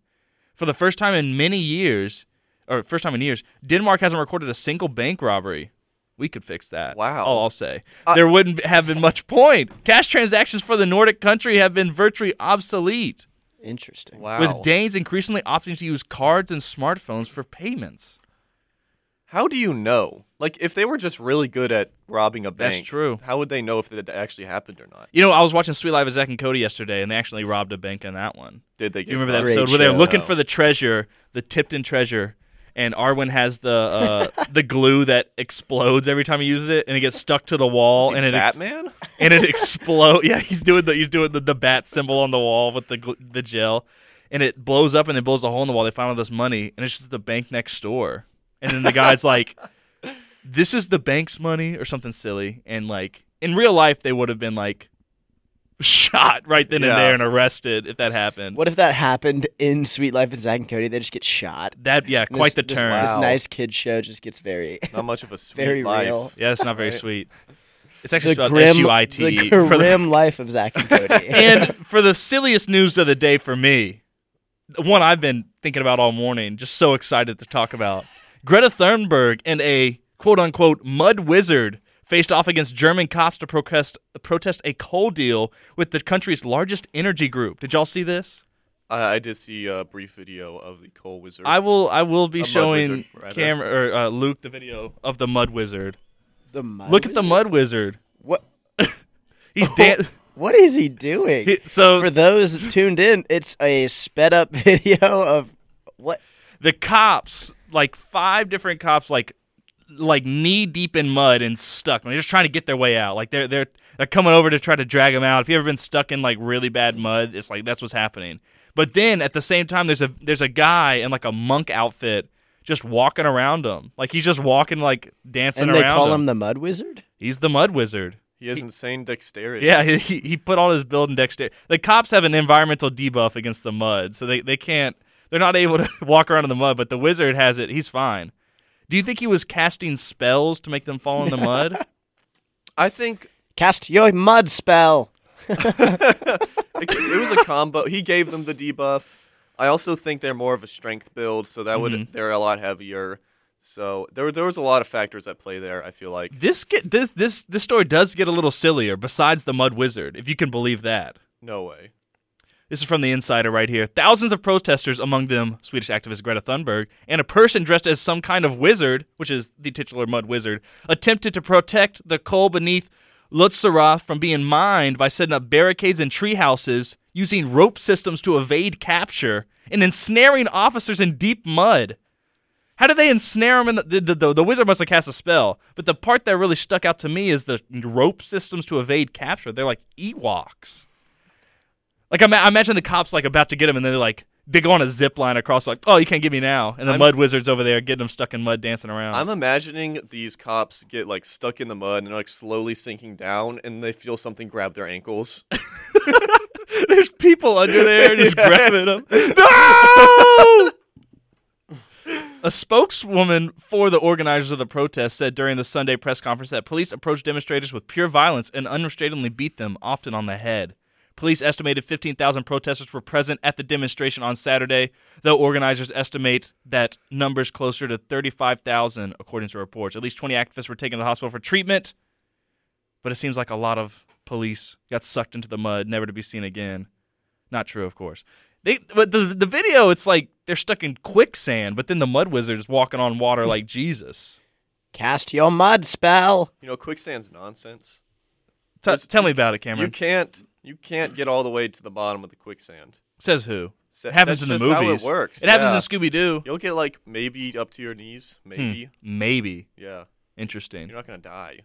[SPEAKER 1] For the first time in many years, or first time in years, Denmark hasn't recorded a single bank robbery. We could fix that.
[SPEAKER 3] Wow. Uh,
[SPEAKER 1] All I'll say. there wouldn't have been much point. Cash transactions for the Nordic country have been virtually obsolete,
[SPEAKER 2] Interesting.
[SPEAKER 3] Wow.
[SPEAKER 1] with Danes increasingly opting to use cards and smartphones for payments.
[SPEAKER 3] How do you know? Like, if they were just really good at robbing a bank,
[SPEAKER 1] That's true.
[SPEAKER 3] How would they know if that actually happened or not?
[SPEAKER 1] You know, I was watching Sweet Life of Zach and Cody yesterday, and they actually robbed a bank in that one.
[SPEAKER 3] Did they?
[SPEAKER 1] Do you remember that
[SPEAKER 2] Great
[SPEAKER 1] episode where they're
[SPEAKER 2] show.
[SPEAKER 1] looking for the treasure, the Tipton treasure, and Arwen has the uh, the glue that explodes every time he uses it, and it gets stuck to the wall, and it ex-
[SPEAKER 3] Batman?
[SPEAKER 1] and it explodes. Yeah, he's doing the he's doing the, the bat symbol on the wall with the gl- the gel, and it blows up and it blows a hole in the wall. They find all this money, and it's just the bank next door, and then the guy's like, "This is the bank's money" or something silly, and like in real life they would have been like. Shot right then and
[SPEAKER 3] Yeah.
[SPEAKER 1] there and arrested if that happened.
[SPEAKER 2] What if that happened in Sweet Life of Zack and Cody? They just get shot.
[SPEAKER 1] That yeah,
[SPEAKER 2] And
[SPEAKER 1] quite
[SPEAKER 2] this-
[SPEAKER 1] the
[SPEAKER 2] this-
[SPEAKER 1] turn.
[SPEAKER 2] This,
[SPEAKER 3] Wow.
[SPEAKER 2] nice kid show just gets very,
[SPEAKER 3] Not much of a sweet
[SPEAKER 2] very
[SPEAKER 3] life.
[SPEAKER 2] real.
[SPEAKER 1] Yeah, that's not very sweet. It's actually
[SPEAKER 2] The
[SPEAKER 1] spelled
[SPEAKER 2] grim,
[SPEAKER 1] S U I T
[SPEAKER 2] the
[SPEAKER 1] E. for the-
[SPEAKER 2] grim life of Zack and Cody.
[SPEAKER 1] And for the silliest news of the day for me, the one I've been thinking about all morning, just so excited to talk about. Greta Thunberg and a quote unquote mud wizard faced off against German cops to protest protest a coal deal with the country's largest energy group. Did y'all see this?
[SPEAKER 3] I, I did see a brief video of the coal wizard.
[SPEAKER 1] I will. I will
[SPEAKER 3] A
[SPEAKER 1] be
[SPEAKER 3] mud
[SPEAKER 1] showing
[SPEAKER 3] wizard, rather.
[SPEAKER 1] camera or uh, Luke the video of the mud wizard.
[SPEAKER 2] The mud
[SPEAKER 1] Look at the mud wizard.
[SPEAKER 2] what?
[SPEAKER 1] He's dan-
[SPEAKER 2] What is he doing?
[SPEAKER 1] he- so
[SPEAKER 2] For those tuned in, it's a sped up video of what?
[SPEAKER 1] the cops, like five different cops, like like knee deep in mud and stuck. And they're just trying to get their way out. Like they're they're they're coming over to try to drag them out. If you have ever been stuck in like really bad mud, it's like that's what's happening. But then at the same time, there's a there's a guy in like a monk outfit just walking around them. Like he's just walking like dancing
[SPEAKER 2] And
[SPEAKER 1] around.
[SPEAKER 2] they call him
[SPEAKER 1] them.
[SPEAKER 2] the Mud Wizard.
[SPEAKER 1] He's the mud wizard.
[SPEAKER 3] he has insane dexterity.
[SPEAKER 1] Yeah, he, he he put all his build and dexterity. The cops have an environmental debuff against the mud, so they, they can't. They're not able to walk around in the mud. But the wizard has it. He's fine. Do you think he was casting spells to make them fall in the mud?
[SPEAKER 3] I think
[SPEAKER 2] Cast your mud spell.
[SPEAKER 3] it, it was a combo. He gave them the debuff. I also think they're more of a strength build, so that would
[SPEAKER 1] Mm-hmm.
[SPEAKER 3] they're a lot heavier. So there there was a lot of factors at play there. I feel like
[SPEAKER 1] this get this this this story does get a little sillier. Besides the mud wizard, if you can believe that.
[SPEAKER 3] no way.
[SPEAKER 1] This is from the insider right here. Thousands of protesters, among them Swedish activist Greta Thunberg, and a person dressed as some kind of wizard, which is the titular mud wizard, attempted to protect the coal beneath Lutzera from being mined by setting up barricades and tree houses, using rope systems to evade capture, and ensnaring officers in deep mud. How did they ensnare him? In the, the, the, the wizard must have cast a spell. But the part that really stuck out to me is the rope systems to evade capture. They're like Ewoks. Like I, ma- I imagine the cops like about to get him, and they're like they go on a zip line across. Like, oh, you can't get me now. And the
[SPEAKER 3] I'm-
[SPEAKER 1] mud wizard's over there getting him stuck in mud, dancing around.
[SPEAKER 3] I'm imagining these cops get like stuck in the mud and like slowly sinking down, and they feel something grab their ankles.
[SPEAKER 1] There's people under there just grabbing them. No! A spokeswoman for the organizers of the protest said during the Sunday press conference that police approached demonstrators with pure violence and unrestrainedly beat them, often on the head. Police estimated 15,000 protesters were present at the demonstration on Saturday, though organizers estimate that numbers closer to 35,000, according to reports. At least 20 activists were taken to the hospital for treatment, but it seems like a lot of police got sucked into the mud, never to be seen again. Not true, of course. They but the the video, it's like they're stuck in quicksand, but then the mud wizard is walking on water like Jesus.
[SPEAKER 2] Cast your mud spell.
[SPEAKER 3] You know, quicksand's nonsense.
[SPEAKER 1] T-
[SPEAKER 3] There's-
[SPEAKER 1] tell me about it,
[SPEAKER 3] You
[SPEAKER 1] Cameron.
[SPEAKER 3] can't you can't get all the way to the bottom of the quicksand.
[SPEAKER 1] Says who?
[SPEAKER 3] Sa-
[SPEAKER 1] it happens in
[SPEAKER 3] that's
[SPEAKER 1] the
[SPEAKER 3] just how it
[SPEAKER 1] movies.
[SPEAKER 3] works,
[SPEAKER 1] It happens
[SPEAKER 3] yeah.
[SPEAKER 1] in Scooby Doo.
[SPEAKER 3] You'll get like maybe up to your knees,
[SPEAKER 1] Hmm.
[SPEAKER 3] maybe.
[SPEAKER 1] Maybe
[SPEAKER 3] Yeah,
[SPEAKER 1] interesting.
[SPEAKER 3] you're not gonna die.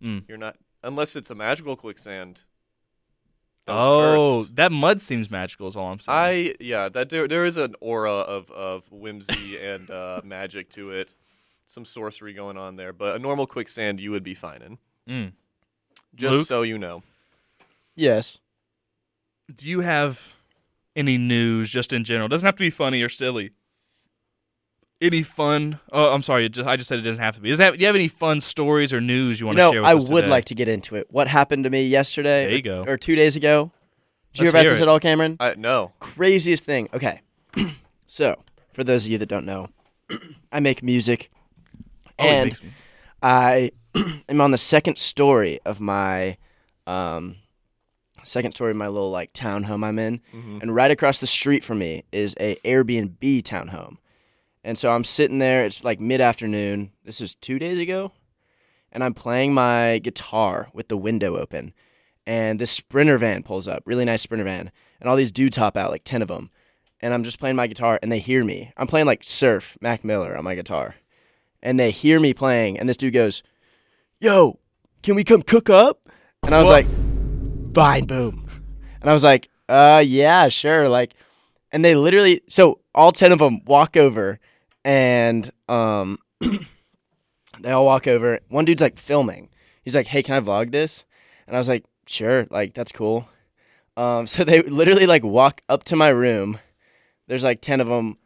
[SPEAKER 1] Mm.
[SPEAKER 3] You're not unless it's a magical quicksand. that was
[SPEAKER 1] oh,
[SPEAKER 3] cursed.
[SPEAKER 1] that mud seems magical. Is all I'm saying.
[SPEAKER 3] I yeah that there there is an aura of of whimsy and uh, magic to it, some sorcery going on there. But a normal quicksand you would be fine in.
[SPEAKER 1] Mm.
[SPEAKER 3] Just
[SPEAKER 1] Luke?
[SPEAKER 3] so you know,
[SPEAKER 2] Yes.
[SPEAKER 1] Do you have any news, just in general? Doesn't have to be funny or silly. Any fun? Oh, I'm sorry. it Just, I just said it doesn't have to be. Does that, do you have any fun stories or news you
[SPEAKER 2] You
[SPEAKER 1] want to
[SPEAKER 2] know,
[SPEAKER 1] share? with
[SPEAKER 2] I
[SPEAKER 1] us
[SPEAKER 2] would
[SPEAKER 1] today?
[SPEAKER 2] like to get into it. What happened to me yesterday?
[SPEAKER 1] There you
[SPEAKER 2] or-
[SPEAKER 1] go.
[SPEAKER 2] Or two days ago. Did you
[SPEAKER 1] Let's
[SPEAKER 2] hear about
[SPEAKER 1] hear
[SPEAKER 2] this
[SPEAKER 1] it.
[SPEAKER 2] at all, Cameron?
[SPEAKER 3] I no
[SPEAKER 2] Craziest thing. Okay. so, for those of you that don't know, I make music.
[SPEAKER 1] Oh, it
[SPEAKER 2] and
[SPEAKER 1] makes me-
[SPEAKER 2] I am on the second story of my um, second story of my little like townhome I'm in, and right across the street from me is a Airbnb townhome, and so I'm sitting there. It's like mid afternoon. This is two days ago, and I'm playing my guitar with the window open, and this Sprinter van pulls up, really nice Sprinter van, and all these dudes hop out, like ten of them, and I'm just playing my guitar, and they hear me. I'm playing like Surf Mac Miller on my guitar and they hear me playing, and this dude goes, "Yo, can we come cook up?" And I was like, "Fine, boom." And I was like, "Uh, yeah, sure." Like, and they literally, so all ten of them walk over, and um, they all walk over. One dude's like filming. He's like, "Hey, can I vlog this?" And I was like, "Sure." Like, that's cool. Um, so they literally like walk up to my room. There's like ten of them.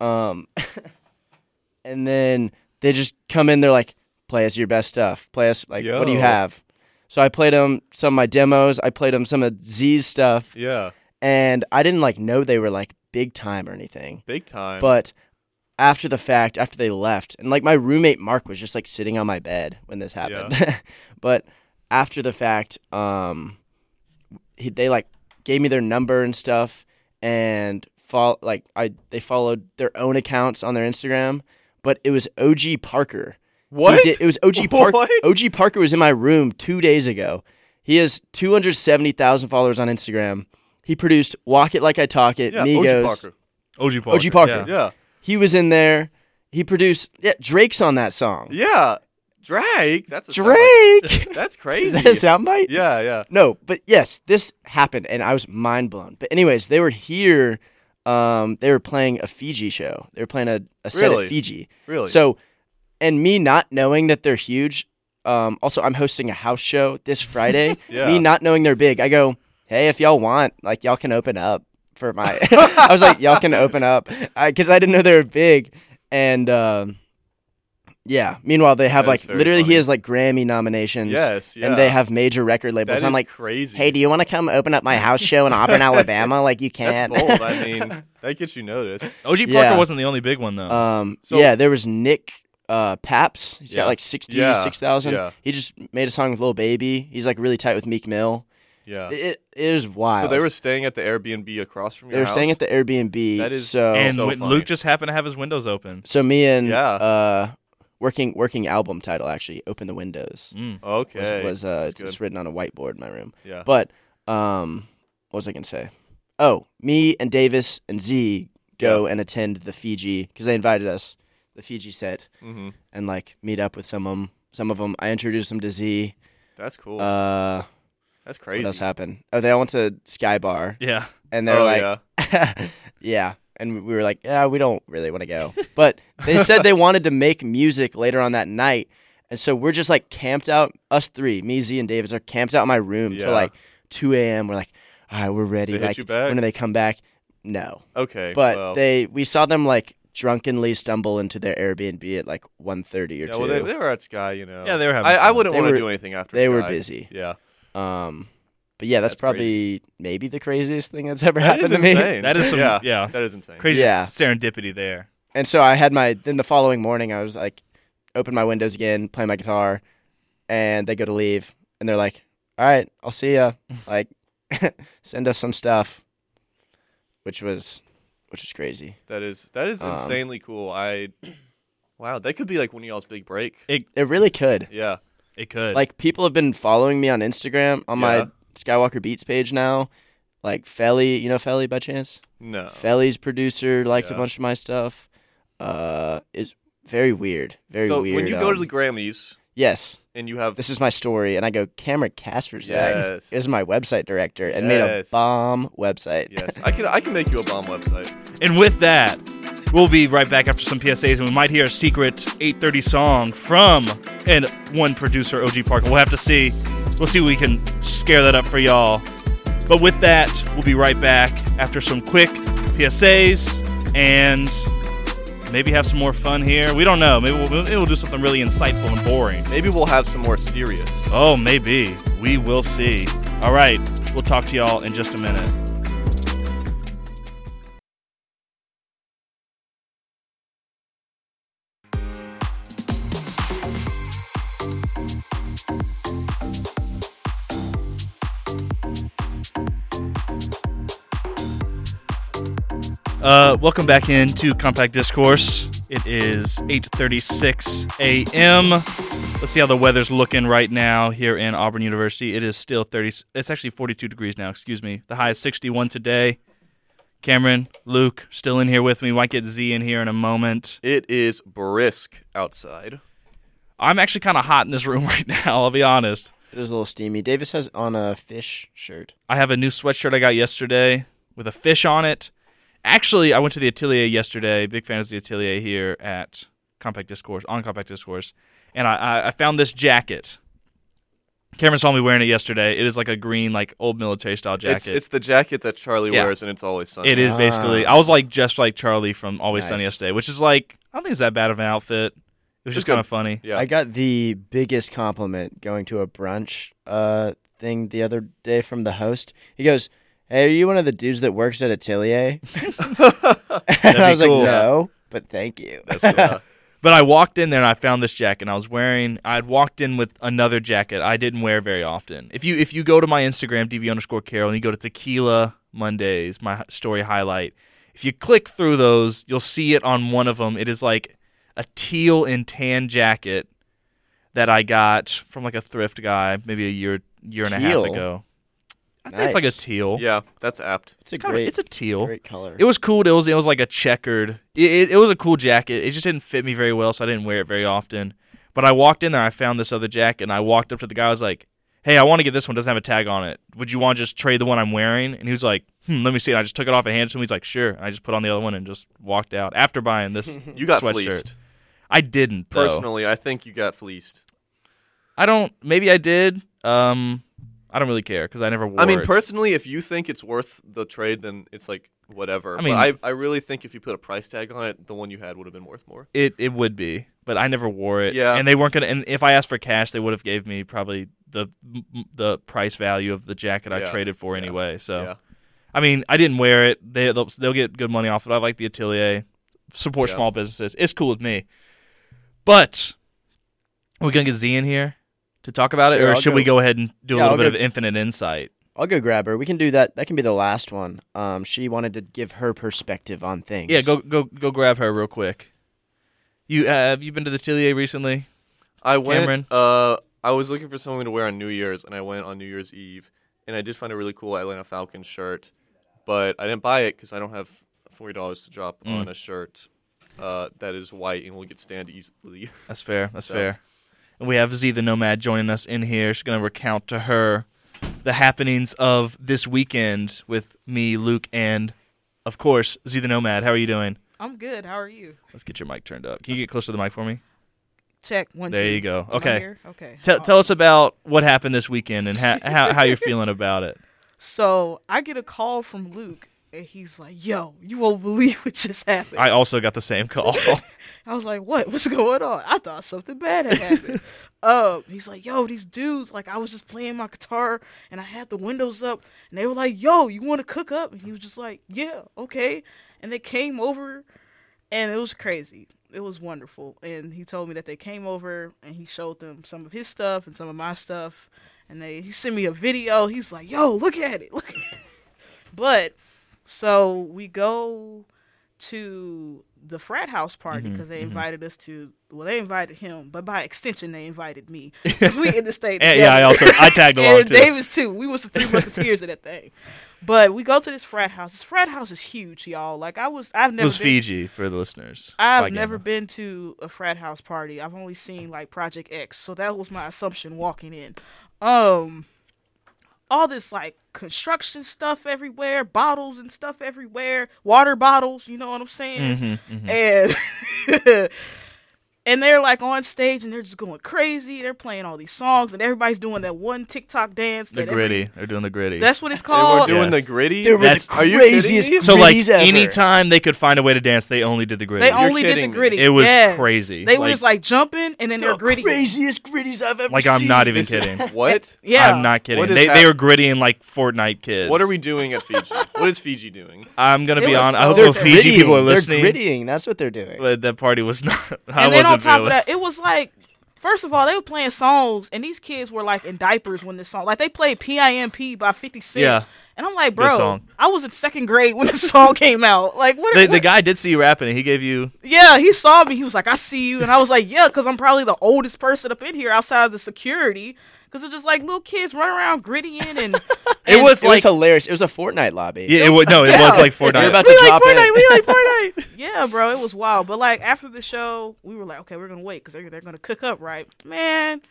[SPEAKER 2] Um, and then they just come in. They're like, "Play us your best stuff. Play us like, what do you
[SPEAKER 3] Yo.
[SPEAKER 2] have?" So I played them some of my demos. I played them some of Z's stuff,
[SPEAKER 3] yeah
[SPEAKER 2] and I didn't like know they were like big time or anything.
[SPEAKER 3] big time.
[SPEAKER 2] But after the fact, after they left, and like my roommate Mark was just like sitting on my bed when this happened. but after the fact, um, he, they like gave me their number and stuff, and follow like I they followed their own accounts on their Instagram, but it was OG Parker. He
[SPEAKER 3] What?
[SPEAKER 2] did- it was OG Parker.
[SPEAKER 3] What?
[SPEAKER 2] OG Parker was in my room two days ago. He has two hundred seventy thousand followers on Instagram. He produced "Walk It Like I Talk It,"
[SPEAKER 3] Yeah,
[SPEAKER 2] Migos.
[SPEAKER 3] OG Parker.
[SPEAKER 1] OG Parker.
[SPEAKER 2] OG Parker.
[SPEAKER 1] Yeah.
[SPEAKER 3] Yeah,
[SPEAKER 2] He was in there. He produced yeah, Drake's on that song.
[SPEAKER 3] yeah. Drake. That's a soundbite.
[SPEAKER 2] Drake.
[SPEAKER 3] That's crazy.
[SPEAKER 2] Is that a soundbite?
[SPEAKER 3] Yeah, yeah.
[SPEAKER 2] No, but yes, this happened, and I was mind blown. But anyways, they were here. Um, they were playing a Fiji show. They were playing a, a set
[SPEAKER 3] Really?
[SPEAKER 2] at Fiji.
[SPEAKER 3] Really.
[SPEAKER 2] So, and me not knowing that they're huge. Um, also, I'm hosting a house show this Friday.
[SPEAKER 3] Yeah.
[SPEAKER 2] Me not knowing they're big, I go, hey, if y'all want, like, y'all can open up for my. I was like, y'all can open up because I, didn't know they were big, and um, yeah. Meanwhile, they have
[SPEAKER 3] That is
[SPEAKER 2] like
[SPEAKER 3] very
[SPEAKER 2] literally he
[SPEAKER 3] funny.
[SPEAKER 2] has like Grammy nominations.
[SPEAKER 3] Yes,
[SPEAKER 2] And they
[SPEAKER 3] yeah.
[SPEAKER 2] have major record labels.
[SPEAKER 3] That
[SPEAKER 2] I'm
[SPEAKER 3] is
[SPEAKER 2] like,
[SPEAKER 3] crazy.
[SPEAKER 2] Hey, do you want to come open up my house show in Auburn, Alabama? Like you
[SPEAKER 3] That's
[SPEAKER 2] can.
[SPEAKER 3] bold. I mean, that gets you noticed.
[SPEAKER 1] OG Parker
[SPEAKER 2] Yeah.
[SPEAKER 1] wasn't the only big one though.
[SPEAKER 2] um,
[SPEAKER 1] So-
[SPEAKER 2] yeah, there was Nick uh, Paps. He's
[SPEAKER 3] Yeah.
[SPEAKER 2] got like sixty
[SPEAKER 3] Yeah.
[SPEAKER 2] six thousand.
[SPEAKER 3] Yeah.
[SPEAKER 2] He just made a song with Lil Baby. He's like really tight with Meek Mill.
[SPEAKER 3] Yeah.
[SPEAKER 2] It, it is wild.
[SPEAKER 3] Uh, So they were staying at the Airbnb across from your
[SPEAKER 2] they were
[SPEAKER 3] house?
[SPEAKER 2] staying at the Airbnb.
[SPEAKER 3] That is-
[SPEAKER 2] so
[SPEAKER 1] and
[SPEAKER 3] so
[SPEAKER 1] when-
[SPEAKER 3] funny.
[SPEAKER 1] Luke just happened to have his windows open.
[SPEAKER 2] so me and
[SPEAKER 3] Yeah.
[SPEAKER 2] uh, working working album title actually open the windows
[SPEAKER 3] Okay.
[SPEAKER 2] was, was uh,
[SPEAKER 3] That's
[SPEAKER 2] it's, it's
[SPEAKER 3] good.
[SPEAKER 2] written on a whiteboard in my room.
[SPEAKER 3] Yeah.
[SPEAKER 2] But um, what was I gonna say? Oh, me and Davis and Z go and attend the Fiji because they invited us, the Fiji set,
[SPEAKER 3] Mm-hmm.
[SPEAKER 2] and like meet up with some of them. Some of them, I introduced them to Z.
[SPEAKER 3] That's cool.
[SPEAKER 2] Uh,
[SPEAKER 3] That's
[SPEAKER 2] what
[SPEAKER 3] crazy.
[SPEAKER 2] else happened? Oh, they all went to Sky Bar,
[SPEAKER 1] Yeah.
[SPEAKER 2] and they're
[SPEAKER 3] oh,
[SPEAKER 2] like,
[SPEAKER 3] yeah.
[SPEAKER 2] yeah. And we were like, yeah, we don't really want to go. But they said they wanted to make music later on that night. And so we're just like camped out, us three, me, Z, and Davis are camped out in my room till
[SPEAKER 3] Yeah.
[SPEAKER 2] like 2 a.m. We're like, all right, we're ready.
[SPEAKER 3] They hit
[SPEAKER 2] like,
[SPEAKER 3] you back?
[SPEAKER 2] when do they come back? No.
[SPEAKER 3] Okay.
[SPEAKER 2] But
[SPEAKER 3] well.
[SPEAKER 2] they, we saw them like drunkenly stumble into their Airbnb at like 1.30 or
[SPEAKER 3] Yeah,
[SPEAKER 2] 2.
[SPEAKER 3] well, they, they were at Sky, you know.
[SPEAKER 1] Yeah, they were having
[SPEAKER 3] I, I
[SPEAKER 1] fun.
[SPEAKER 3] wouldn't
[SPEAKER 2] They
[SPEAKER 3] want
[SPEAKER 2] were-
[SPEAKER 3] to do anything after
[SPEAKER 2] they were
[SPEAKER 3] Sky.
[SPEAKER 2] busy.
[SPEAKER 3] Yeah.
[SPEAKER 2] um, but yeah, that's,
[SPEAKER 3] That's
[SPEAKER 2] probably
[SPEAKER 3] crazy.
[SPEAKER 2] maybe the craziest thing that's ever
[SPEAKER 3] That
[SPEAKER 2] happened
[SPEAKER 3] is
[SPEAKER 2] to me.
[SPEAKER 3] insane.
[SPEAKER 1] That is some-
[SPEAKER 3] yeah,
[SPEAKER 1] yeah.
[SPEAKER 3] That is insane.
[SPEAKER 1] Crazy
[SPEAKER 2] Yeah.
[SPEAKER 1] serendipity there.
[SPEAKER 2] and so I had my then the following morning I was like open my windows again, play my guitar, and they go to leave and they're like, "All right, I'll see ya." like send us some stuff, which was which was crazy.
[SPEAKER 3] That is that is
[SPEAKER 2] Um,
[SPEAKER 3] insanely cool. I wow, that could be like one of y'all's big break.
[SPEAKER 2] It really could.
[SPEAKER 3] Yeah.
[SPEAKER 1] It could.
[SPEAKER 2] Like people have been following me on Instagram on
[SPEAKER 3] Yeah.
[SPEAKER 2] my Skywalker Beats page now. Like Felly, you know Felly by chance?
[SPEAKER 3] No.
[SPEAKER 2] Felly's producer liked
[SPEAKER 3] Yeah.
[SPEAKER 2] a bunch of my stuff. Uh is very weird. Very
[SPEAKER 3] so
[SPEAKER 2] weird.
[SPEAKER 3] when you go to
[SPEAKER 2] um,
[SPEAKER 3] the Grammys
[SPEAKER 2] Yes.
[SPEAKER 3] and you have
[SPEAKER 2] this is my story and i go cameron kasperzak
[SPEAKER 3] Yes.
[SPEAKER 2] is my website director and made a
[SPEAKER 3] Yes.
[SPEAKER 2] bomb website
[SPEAKER 3] yes, I can I can make you a bomb website.
[SPEAKER 1] And with that, we'll be right back after some PSAs, and we might hear a secret 8:30 song from and one producer, OG Parker. We'll have to see. We'll see if we can scare that up for y'all. But with that, we'll be right back after some quick PSAs and maybe have some more fun here. We don't know. Maybe we'll, maybe we'll do something really insightful and boring.
[SPEAKER 3] Maybe we'll have some more serious.
[SPEAKER 1] Oh, maybe. We will see. All right. We'll talk to y'all in just a minute. Uh, welcome back into Compact Discourse. It is 8:36 a.m. Let's see how the weather's looking right now here in Auburn University. It is still 30. It's actually 42 degrees now. Excuse me. The high is 61 today. Cameron, Luke, still in here with me. Might get Z in here in a moment.
[SPEAKER 3] It is brisk outside.
[SPEAKER 1] I'm actually kind of hot in this room right now. I'll be honest.
[SPEAKER 2] it is a little steamy davis has on a fish shirt
[SPEAKER 1] I have a new sweatshirt I got yesterday with a fish on it. Actually, I went to the Atelier yesterday. Big fan of the Atelier here at Compact Discourse on Compact Discourse, and I, I, I found this jacket. Cameron saw me wearing it yesterday. It is like a green, like old military style jacket.
[SPEAKER 3] It's Ah. it's the jacket that Charlie
[SPEAKER 1] Yeah.
[SPEAKER 3] wears and it's always sunny.
[SPEAKER 1] It is basically. I was like just like Charlie from Always Sunny
[SPEAKER 2] Nice.
[SPEAKER 1] yesterday, which is like I don't think it's that bad of an outfit. It was just
[SPEAKER 3] good.
[SPEAKER 1] kind of funny.
[SPEAKER 3] Yeah.
[SPEAKER 2] i got the biggest compliment going to a brunch uh, thing the other day from the host he goes hey are you one of the dudes that works at atelier and
[SPEAKER 1] be
[SPEAKER 2] i was
[SPEAKER 1] cool.
[SPEAKER 2] like no but thank you
[SPEAKER 3] Yeah.
[SPEAKER 1] But I walked in there and I found this jacket. And I was wearing. I'd walked in with another jacket I didn't wear very often. If you if you go to my Instagram db underscore carol and you go to Tequila Mondays, my hi- story highlight. If you click through those, you'll see it on one of them. It is like a teal and tan jacket that I got from like a thrift guy maybe a year year and a half
[SPEAKER 2] Teal?
[SPEAKER 1] ago. I think it's like a
[SPEAKER 2] Nice.
[SPEAKER 1] teal.
[SPEAKER 3] Yeah, that's apt.
[SPEAKER 2] It's a
[SPEAKER 1] Kind of-
[SPEAKER 2] great,
[SPEAKER 1] it's a teal.
[SPEAKER 2] great color.
[SPEAKER 1] It was cool. It was it was like a checkered. It, it, it was a cool jacket. It just didn't fit me very well, so I didn't wear it very often. But I walked in there, I found this other jacket, and I walked up to the guy. I was like, "Hey, I want to get this one. Doesn't have a tag on it. Would you want to just trade the one I'm wearing?" And he was like, "Hmm, let me see." And I just took it off and handed it to him. He's like, "Sure." And I just put on the other one and just walked out after buying this.
[SPEAKER 3] You got
[SPEAKER 1] sweatshirt.
[SPEAKER 3] fleeced.
[SPEAKER 1] I didn't though.
[SPEAKER 3] Personally, I think you got fleeced.
[SPEAKER 1] I don't. Maybe I did. Um, I don't really care because I never wore.
[SPEAKER 3] I mean,
[SPEAKER 1] it.
[SPEAKER 3] personally, if you think it's worth the trade, then it's like whatever.
[SPEAKER 1] I mean-
[SPEAKER 3] but I, I really think if you put a price tag on it, the one you had would have been worth more.
[SPEAKER 1] It it would be, but I never wore it.
[SPEAKER 3] Yeah.
[SPEAKER 1] and they weren't gonna. And if I asked for cash, they would have gave me probably the the price value of the jacket I
[SPEAKER 3] Yeah.
[SPEAKER 1] traded for anyway. So,
[SPEAKER 3] Yeah.
[SPEAKER 1] I mean, I didn't wear it. They they'll, they'll get good money off it. I like the Atelier. Support
[SPEAKER 3] Yeah.
[SPEAKER 1] small businesses. It's cool with me. But we're gonna get Z in here to talk about it,
[SPEAKER 2] Sure,
[SPEAKER 1] or
[SPEAKER 2] I'll
[SPEAKER 1] should we
[SPEAKER 2] go-
[SPEAKER 1] go ahead and do a
[SPEAKER 2] Yeah,
[SPEAKER 1] little
[SPEAKER 2] I'll
[SPEAKER 1] bit of
[SPEAKER 2] go-
[SPEAKER 1] infinite insight?
[SPEAKER 2] I'll go grab her. We can do that. That can be the last one. Um, she wanted to give her perspective on things.
[SPEAKER 1] Yeah, go go go grab her real quick. You uh, have you been to the Atelier recently?
[SPEAKER 3] I went.
[SPEAKER 1] Cameron?
[SPEAKER 3] Uh, I was looking for something to wear on New Year's, and I went on New Year's Eve, and I did find a really cool Atlanta Falcons shirt, but I didn't buy it because I don't have forty dollars to drop
[SPEAKER 1] Mm.
[SPEAKER 3] on a shirt uh, that is white and will get stand easily.
[SPEAKER 1] That's fair. That's
[SPEAKER 3] So-
[SPEAKER 1] fair. And we have Z the Nomad joining us in here. She's going to recount to her the happenings of this weekend with me, Luke, and of course, Z the Nomad. How are you doing?
[SPEAKER 6] I'm good. How are you?
[SPEAKER 1] Let's get your mic turned up. Can you get closer to the mic for me?
[SPEAKER 6] Check one.
[SPEAKER 1] There
[SPEAKER 6] two.
[SPEAKER 1] you go.
[SPEAKER 6] Am I
[SPEAKER 1] Okay.
[SPEAKER 6] here? Okay.
[SPEAKER 1] Tell, tell us about what happened this weekend and how, how, how you're feeling about it.
[SPEAKER 6] So I get a call from Luke, and he's like, "Yo, you won't believe what just happened."
[SPEAKER 1] I also got the same call.
[SPEAKER 6] I was like, "What? What's going on?" I thought something bad had happened. um, he's like, "Yo, these dudes, like, I was just playing my guitar and I had the windows up, and they were like, "Yo, you want to cook up?" And he was just like, "Yeah, okay." And they came over, and it was crazy. It was wonderful. And he told me that they came over and he showed them some of his stuff and some of my stuff, and they he sent me a video. He's like, "Yo, look at it, look." At it. But so we go to the frat house party
[SPEAKER 1] Mm-hmm,
[SPEAKER 6] because they invited us to. Well, they invited him, but by extension, they invited me because we in the state.
[SPEAKER 1] And, yeah, I
[SPEAKER 6] together.
[SPEAKER 1] also I tagged along
[SPEAKER 6] and
[SPEAKER 1] too.
[SPEAKER 6] Davis too. We was the three musketeers of that thing. But we go to this frat house. This frat house is huge, y'all. Like I was, I've
[SPEAKER 1] It
[SPEAKER 6] never
[SPEAKER 1] was
[SPEAKER 6] been.
[SPEAKER 1] Fiji for the listeners.
[SPEAKER 6] I've
[SPEAKER 1] By Gamma.
[SPEAKER 6] never been to a frat house party. I've only seen like Project X, so that was my assumption walking in. Um, all this like construction stuff everywhere, bottles and stuff everywhere, water bottles. You know what I'm saying?
[SPEAKER 1] Mm-hmm,
[SPEAKER 6] And and they're like on stage and they're just going crazy. They're playing all these songs and everybody's doing that one TikTok dance.
[SPEAKER 1] The
[SPEAKER 6] that every-
[SPEAKER 1] gritty. They're doing the gritty.
[SPEAKER 6] that's what it's
[SPEAKER 3] They were
[SPEAKER 6] called.
[SPEAKER 1] Yeah.
[SPEAKER 3] doing the
[SPEAKER 1] Yes.
[SPEAKER 3] gritty.
[SPEAKER 2] Oh. They were
[SPEAKER 1] That's-
[SPEAKER 2] the
[SPEAKER 3] Are you kidding
[SPEAKER 2] craziest
[SPEAKER 3] me?
[SPEAKER 1] so like
[SPEAKER 2] gritties ever.
[SPEAKER 1] anytime they could find a way to dance, they only did the gritty.
[SPEAKER 6] They only did the
[SPEAKER 3] kidding me.
[SPEAKER 6] gritty.
[SPEAKER 1] It was
[SPEAKER 6] yes.
[SPEAKER 1] crazy.
[SPEAKER 6] They were
[SPEAKER 1] Like-
[SPEAKER 6] just like jumping and then they're
[SPEAKER 2] the
[SPEAKER 6] gritty.
[SPEAKER 2] craziest gritties I've ever
[SPEAKER 1] like
[SPEAKER 2] seen.
[SPEAKER 1] I'm not even
[SPEAKER 3] This is-
[SPEAKER 1] kidding.
[SPEAKER 3] What?
[SPEAKER 6] Yeah.
[SPEAKER 1] I'm not kidding.
[SPEAKER 3] What is
[SPEAKER 1] They
[SPEAKER 3] hap-
[SPEAKER 1] they were grittying like Fortnite kids.
[SPEAKER 3] What are we doing at Fiji? what is Fiji doing?
[SPEAKER 1] I'm gonna
[SPEAKER 6] It
[SPEAKER 1] be
[SPEAKER 6] was
[SPEAKER 1] on. I
[SPEAKER 6] so
[SPEAKER 1] hope
[SPEAKER 6] They're
[SPEAKER 1] the Fiji
[SPEAKER 2] grittying.
[SPEAKER 1] people are listening.
[SPEAKER 2] They're grittying. That's what they're doing.
[SPEAKER 1] But that party was not. I
[SPEAKER 6] And then on
[SPEAKER 1] wasn't
[SPEAKER 6] top
[SPEAKER 1] feeling.
[SPEAKER 6] of that, it was like, first of all, they were playing songs, and these kids were like in diapers when this song, like they played "P.I.M.P." by Fifty Cent.
[SPEAKER 1] Yeah.
[SPEAKER 6] And I'm like, bro,
[SPEAKER 1] song.
[SPEAKER 6] I was in second grade when the song came out. Like, what?
[SPEAKER 1] The,
[SPEAKER 6] what-
[SPEAKER 1] the guy did see you rapping, and he gave you.
[SPEAKER 6] yeah, he saw me. He was like, I see you. And I was like, yeah, because I'm probably the oldest person up in here outside of the security. Because it's just like little kids run around grittying and.
[SPEAKER 1] It was
[SPEAKER 2] it
[SPEAKER 1] like
[SPEAKER 2] was hilarious. It was a Fortnite lobby.
[SPEAKER 1] yeah, it was no, it was like Fortnite.
[SPEAKER 2] You're about
[SPEAKER 1] We
[SPEAKER 2] to
[SPEAKER 1] like
[SPEAKER 2] drop
[SPEAKER 1] Fortnite,
[SPEAKER 2] in.
[SPEAKER 1] We like Fortnite.
[SPEAKER 6] Yeah, bro, it was wild. But like after the show, we were like, okay, we're gonna wait because they're, they're gonna cook up, right? Man,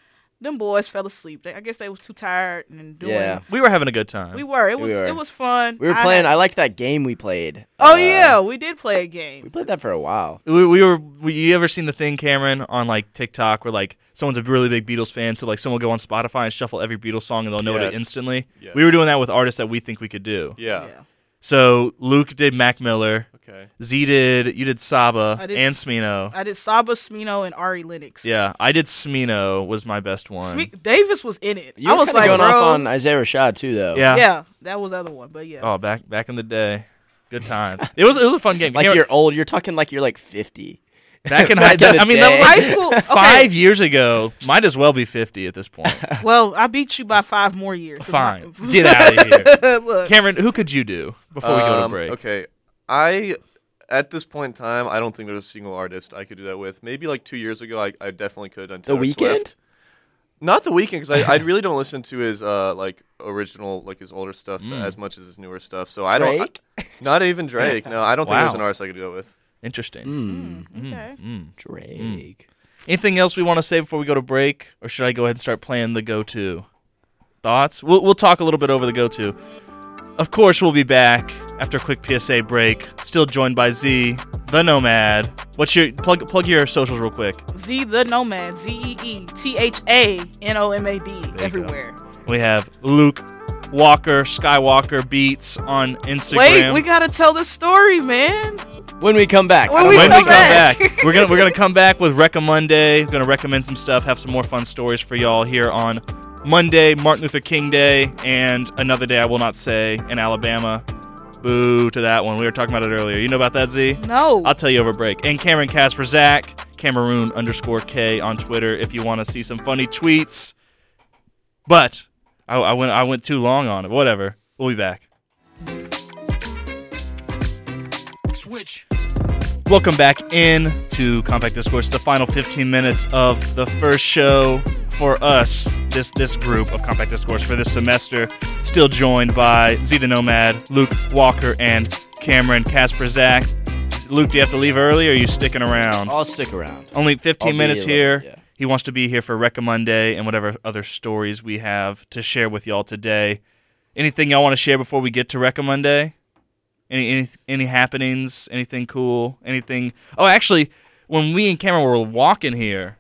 [SPEAKER 6] them boys fell asleep. They, I guess they was too tired and doing.
[SPEAKER 2] Yeah.
[SPEAKER 1] we were having a good time.
[SPEAKER 6] We were. It was.
[SPEAKER 2] were.
[SPEAKER 6] It was fun.
[SPEAKER 2] We were
[SPEAKER 6] I
[SPEAKER 2] playing.
[SPEAKER 6] had-
[SPEAKER 2] I liked that game we played.
[SPEAKER 6] oh
[SPEAKER 2] Uh,
[SPEAKER 6] yeah, we did play a game.
[SPEAKER 2] we played that for a while.
[SPEAKER 1] we, we were. We, you ever seen the thing, Cameron, on like TikTok, where like someone's a really big Beatles fan, so like someone will go on Spotify and shuffle every Beatles song, and they'll know it
[SPEAKER 3] Yes.
[SPEAKER 1] instantly.
[SPEAKER 3] Yes.
[SPEAKER 1] We were doing that with artists that we think we could do.
[SPEAKER 3] Yeah.
[SPEAKER 6] Yeah.
[SPEAKER 1] So Luke did Mac Miller.
[SPEAKER 3] Okay.
[SPEAKER 1] Z did. You did Saba
[SPEAKER 6] I did
[SPEAKER 1] and
[SPEAKER 6] S-
[SPEAKER 1] Smino.
[SPEAKER 6] I did Saba Smino and Ari Lennox.
[SPEAKER 1] yeah, I did Smino was my best one.
[SPEAKER 6] Sme- Davis was in it.
[SPEAKER 2] You
[SPEAKER 6] I
[SPEAKER 2] were
[SPEAKER 6] was
[SPEAKER 2] kinda
[SPEAKER 6] like,
[SPEAKER 2] going
[SPEAKER 6] bro.
[SPEAKER 2] off on uh, Isaiah Rashad too, though.
[SPEAKER 1] yeah.
[SPEAKER 6] yeah, that was the other one. But yeah,
[SPEAKER 1] Oh, back back in the day, good times. it was it was a fun game.
[SPEAKER 2] Like
[SPEAKER 1] Cameron-
[SPEAKER 2] you're old. You're talking like you're like 50.
[SPEAKER 1] Back in high,
[SPEAKER 2] Back in the
[SPEAKER 1] I mean, that was
[SPEAKER 2] day.
[SPEAKER 1] like
[SPEAKER 6] High school. Okay.
[SPEAKER 1] five years ago. Might as well be fifty at this point.
[SPEAKER 2] Oh.
[SPEAKER 6] Well, I beat you by five more years. is my-
[SPEAKER 1] Fine, get out of here,
[SPEAKER 6] Look,
[SPEAKER 1] Cameron. Who could you do before we go to
[SPEAKER 3] Um,
[SPEAKER 1] break?
[SPEAKER 3] Okay. I at this point in time, I don't think there's a single artist I could do that with. Maybe like two years ago, I, I definitely could. On Taylor
[SPEAKER 2] Weeknd?
[SPEAKER 3] Swift. Not the weekend because I, I really don't listen to his uh like original like his older stuff
[SPEAKER 1] Mm.
[SPEAKER 3] as much as his newer stuff. So I don't.
[SPEAKER 2] Drake?
[SPEAKER 3] not even Drake. No, I don't think there's
[SPEAKER 1] Wow.
[SPEAKER 3] an artist I could do that with.
[SPEAKER 1] Interesting.
[SPEAKER 6] okay.
[SPEAKER 1] Hmm.
[SPEAKER 2] Drake.
[SPEAKER 1] Anything else we want to say before we go to break, or should I go ahead and start playing the go-to? Thoughts? We'll we'll talk a little bit over the go-to. Of course, we'll be back after a quick PSA break. Still joined by Z, the Nomad. What's your plug? Plug your socials real quick.
[SPEAKER 6] Z the Nomad. Z E E T H A N O M A D.
[SPEAKER 1] go.
[SPEAKER 6] Everywhere.
[SPEAKER 1] We have Luke Walker, Skywalker Beats on Instagram.
[SPEAKER 6] Wait, we gotta tell the story, man.
[SPEAKER 2] When we come back.
[SPEAKER 6] When
[SPEAKER 2] I
[SPEAKER 6] we
[SPEAKER 1] when
[SPEAKER 2] don't
[SPEAKER 1] we come
[SPEAKER 2] wanna-
[SPEAKER 1] back,
[SPEAKER 6] back.
[SPEAKER 1] we're gonna we're gonna come back with Recca Monday. We're gonna recommend some stuff, have some more fun stories for y'all here on Monday, Martin Luther King Day, and another day I will not say in Alabama. Boo to that one. We were talking about it earlier. You know about that, Z?
[SPEAKER 6] No.
[SPEAKER 1] I'll tell you over break. And Cameron Casper Zach, Cameroon underscore K on Twitter if you want to see some funny tweets. But I, I went I went too long on it. Whatever. We'll be back. Switch. Welcome back in to Compact Discourse, the final 15 minutes of the first show for us, this this group of Compact Discourse for this semester. Still joined by Z the Nomad, Luke Walker, and Cameron Casper Zach. Luke, do you have to leave early or are you sticking around?
[SPEAKER 2] I'll stick around.
[SPEAKER 1] Only 15
[SPEAKER 2] I'll be
[SPEAKER 1] minutes
[SPEAKER 2] a little-
[SPEAKER 1] here.
[SPEAKER 2] yeah.
[SPEAKER 1] He wants to be here for Recca Monday and whatever other stories we have to share with y'all today. Anything y'all want to share before we get to Recca Monday? Any, any any happenings? Anything cool? Anything? Oh, actually, when we and Cameron were walking here,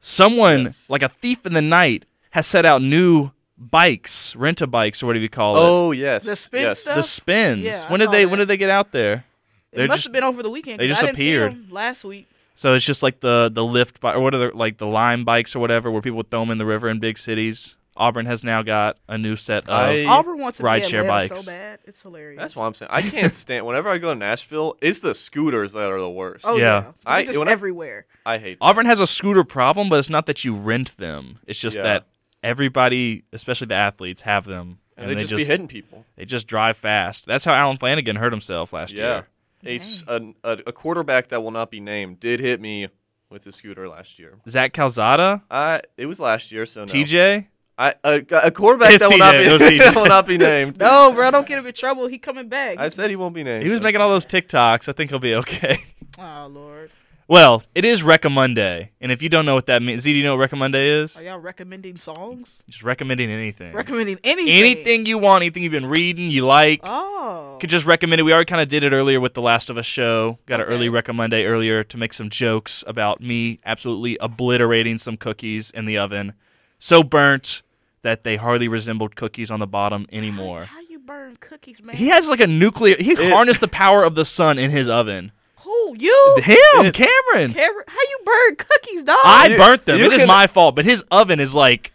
[SPEAKER 1] someone like a thief in the night has set out new bikes, rent a bikes or whatever you call
[SPEAKER 3] Oh yes,
[SPEAKER 6] The spin
[SPEAKER 3] yes.
[SPEAKER 1] it.
[SPEAKER 6] stuff?
[SPEAKER 1] The spins.
[SPEAKER 6] Yeah, I
[SPEAKER 1] when did
[SPEAKER 6] saw
[SPEAKER 1] they
[SPEAKER 6] that.
[SPEAKER 1] when did they get out there? They're
[SPEAKER 6] it must
[SPEAKER 1] just-
[SPEAKER 6] have been over the weekend.
[SPEAKER 1] they
[SPEAKER 6] 'cause
[SPEAKER 1] just
[SPEAKER 6] I didn't see
[SPEAKER 1] appeared.
[SPEAKER 6] 'em last week.
[SPEAKER 1] So it's just like the the lift bi- or what are the, like the lime bikes or whatever where people would throw them in the river in big cities. Auburn has now got a new set of
[SPEAKER 3] I-
[SPEAKER 6] Auburn wants to be
[SPEAKER 1] Rideshare
[SPEAKER 6] Atlanta
[SPEAKER 1] bikes.
[SPEAKER 6] so bad. It's hilarious.
[SPEAKER 3] That's what I'm saying. I can't stand. Whenever I go to Nashville, it's the scooters that are the worst.
[SPEAKER 6] Oh
[SPEAKER 1] Yeah.
[SPEAKER 6] yeah,
[SPEAKER 3] I-
[SPEAKER 6] I, just
[SPEAKER 3] when I-
[SPEAKER 6] everywhere.
[SPEAKER 3] I hate.
[SPEAKER 1] Auburn has a scooter problem, but it's not that you rent them. It's just
[SPEAKER 3] Yeah.
[SPEAKER 1] that everybody, especially the athletes, have them
[SPEAKER 3] And, they, just, be hitting people.
[SPEAKER 1] they just drive fast. That's how Alan Flanagan hurt himself last
[SPEAKER 3] Yeah.
[SPEAKER 1] year.
[SPEAKER 3] A, s- an- a, a quarterback that will not be named did hit me with his scooter last year.
[SPEAKER 1] Zach Calzada,
[SPEAKER 3] I it was last year, so no.
[SPEAKER 1] TJ,
[SPEAKER 3] I, a, a quarterback
[SPEAKER 1] It's
[SPEAKER 3] that will, not
[SPEAKER 1] TJ. It was
[SPEAKER 3] be,
[SPEAKER 1] TJ.
[SPEAKER 3] that will not be named.
[SPEAKER 6] No, bro, don't get him in trouble. He coming back.
[SPEAKER 3] I said he won't be named.
[SPEAKER 1] he was
[SPEAKER 3] so-
[SPEAKER 1] making all those TikToks. I think he'll be okay.
[SPEAKER 6] oh lord,
[SPEAKER 1] Well, it is Recca Monday, and if you don't know what that means, Z, do you know what Recca Monday is?
[SPEAKER 6] are y'all recommending songs?
[SPEAKER 1] Just recommending anything.
[SPEAKER 6] Recommending anything?
[SPEAKER 1] anything you want, anything you've been reading, you like.
[SPEAKER 6] Oh,
[SPEAKER 1] Could just recommend it. We already kind of did it earlier with the Last of Us show. Got an
[SPEAKER 6] Okay.
[SPEAKER 1] early recommend day earlier to make some jokes about me absolutely obliterating some cookies in the oven, so burnt that they hardly resembled cookies on the bottom anymore.
[SPEAKER 6] how you burn cookies, man?
[SPEAKER 1] He has like a nuclear. He harnessed the power of the sun in his oven.
[SPEAKER 6] Who you?
[SPEAKER 1] Him, Cameron.
[SPEAKER 6] Cameron, how you burn cookies, dog?
[SPEAKER 1] I
[SPEAKER 3] You-
[SPEAKER 1] burnt them.
[SPEAKER 3] you
[SPEAKER 1] It is
[SPEAKER 3] can-
[SPEAKER 1] my fault, but his oven is like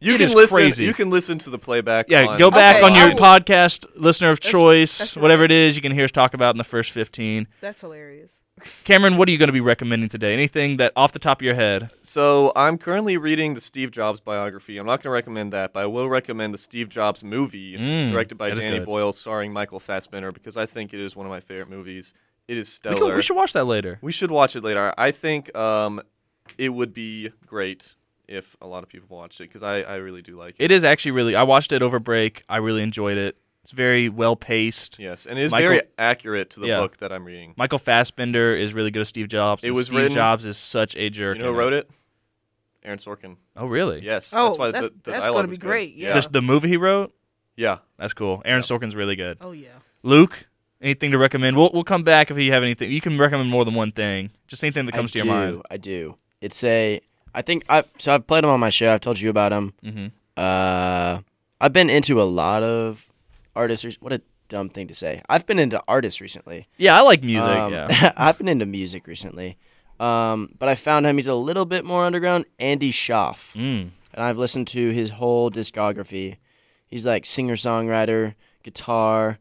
[SPEAKER 3] You
[SPEAKER 1] it
[SPEAKER 3] can
[SPEAKER 1] is
[SPEAKER 3] listen,
[SPEAKER 1] crazy.
[SPEAKER 3] You can listen to the playback.
[SPEAKER 1] Yeah,
[SPEAKER 3] on-
[SPEAKER 1] go back
[SPEAKER 6] Okay,
[SPEAKER 1] on your
[SPEAKER 6] I will-
[SPEAKER 1] podcast, listener of choice,
[SPEAKER 6] that's
[SPEAKER 1] whatever it is. You can hear us talk about in the first fifteen.
[SPEAKER 6] That's hilarious.
[SPEAKER 1] Cameron, what are you going to be recommending today? Anything that off the top of your head?
[SPEAKER 3] So I'm currently reading the Steve Jobs biography. I'm not going to recommend that, but I will recommend the Steve Jobs movie
[SPEAKER 1] Mm,
[SPEAKER 3] directed by
[SPEAKER 1] that is
[SPEAKER 3] Danny
[SPEAKER 1] good.
[SPEAKER 3] Boyle, starring Michael Fassbender, because I think it is one of my favorite movies. It is
[SPEAKER 1] We,
[SPEAKER 3] stellar.
[SPEAKER 1] could- we should watch that later.
[SPEAKER 3] We should watch it later. I think um, it would be great if a lot of people watched it because I, I really do like it.
[SPEAKER 1] It is actually really. I watched it over break. I really enjoyed it. It's very well paced.
[SPEAKER 3] Yes, and it is
[SPEAKER 1] Michael-
[SPEAKER 3] very accurate to the
[SPEAKER 1] Yeah.
[SPEAKER 3] book that I'm reading.
[SPEAKER 1] Michael Fassbender is really good at Steve Jobs.
[SPEAKER 3] It
[SPEAKER 1] and
[SPEAKER 3] was
[SPEAKER 1] Steve
[SPEAKER 3] written-
[SPEAKER 1] Jobs is such a jerk.
[SPEAKER 3] You know who wrote it? Aaron Sorkin.
[SPEAKER 1] Oh, really?
[SPEAKER 3] Yes.
[SPEAKER 6] Oh,
[SPEAKER 3] that's why
[SPEAKER 6] that's-
[SPEAKER 3] the, the
[SPEAKER 6] that's
[SPEAKER 3] dialogue
[SPEAKER 6] gonna be
[SPEAKER 3] was good.
[SPEAKER 6] great, yeah.
[SPEAKER 1] This, the movie he wrote.
[SPEAKER 3] yeah.
[SPEAKER 1] That's cool. Aaron Sorkin's really good.
[SPEAKER 6] Oh yeah.
[SPEAKER 1] Luke, anything to recommend? We'll we'll come back if you have anything. You can recommend more than one thing. Just anything that comes
[SPEAKER 2] I
[SPEAKER 1] to your
[SPEAKER 2] do,
[SPEAKER 1] mind.
[SPEAKER 2] I do. It's a. I think I. So I've played him on my show. I've told you about him. Mm-hmm. Uh, I've been into a lot of artists. rec- What a dumb thing to say. I've been into artists recently.
[SPEAKER 1] Yeah, I like music.
[SPEAKER 2] Um,
[SPEAKER 1] yeah.
[SPEAKER 2] I've been into music recently. Um, but I found him. He's a little bit more underground. Andy Schaff.
[SPEAKER 1] Mm.
[SPEAKER 2] And I've listened to his whole discography. He's like singer songwriter, guitar.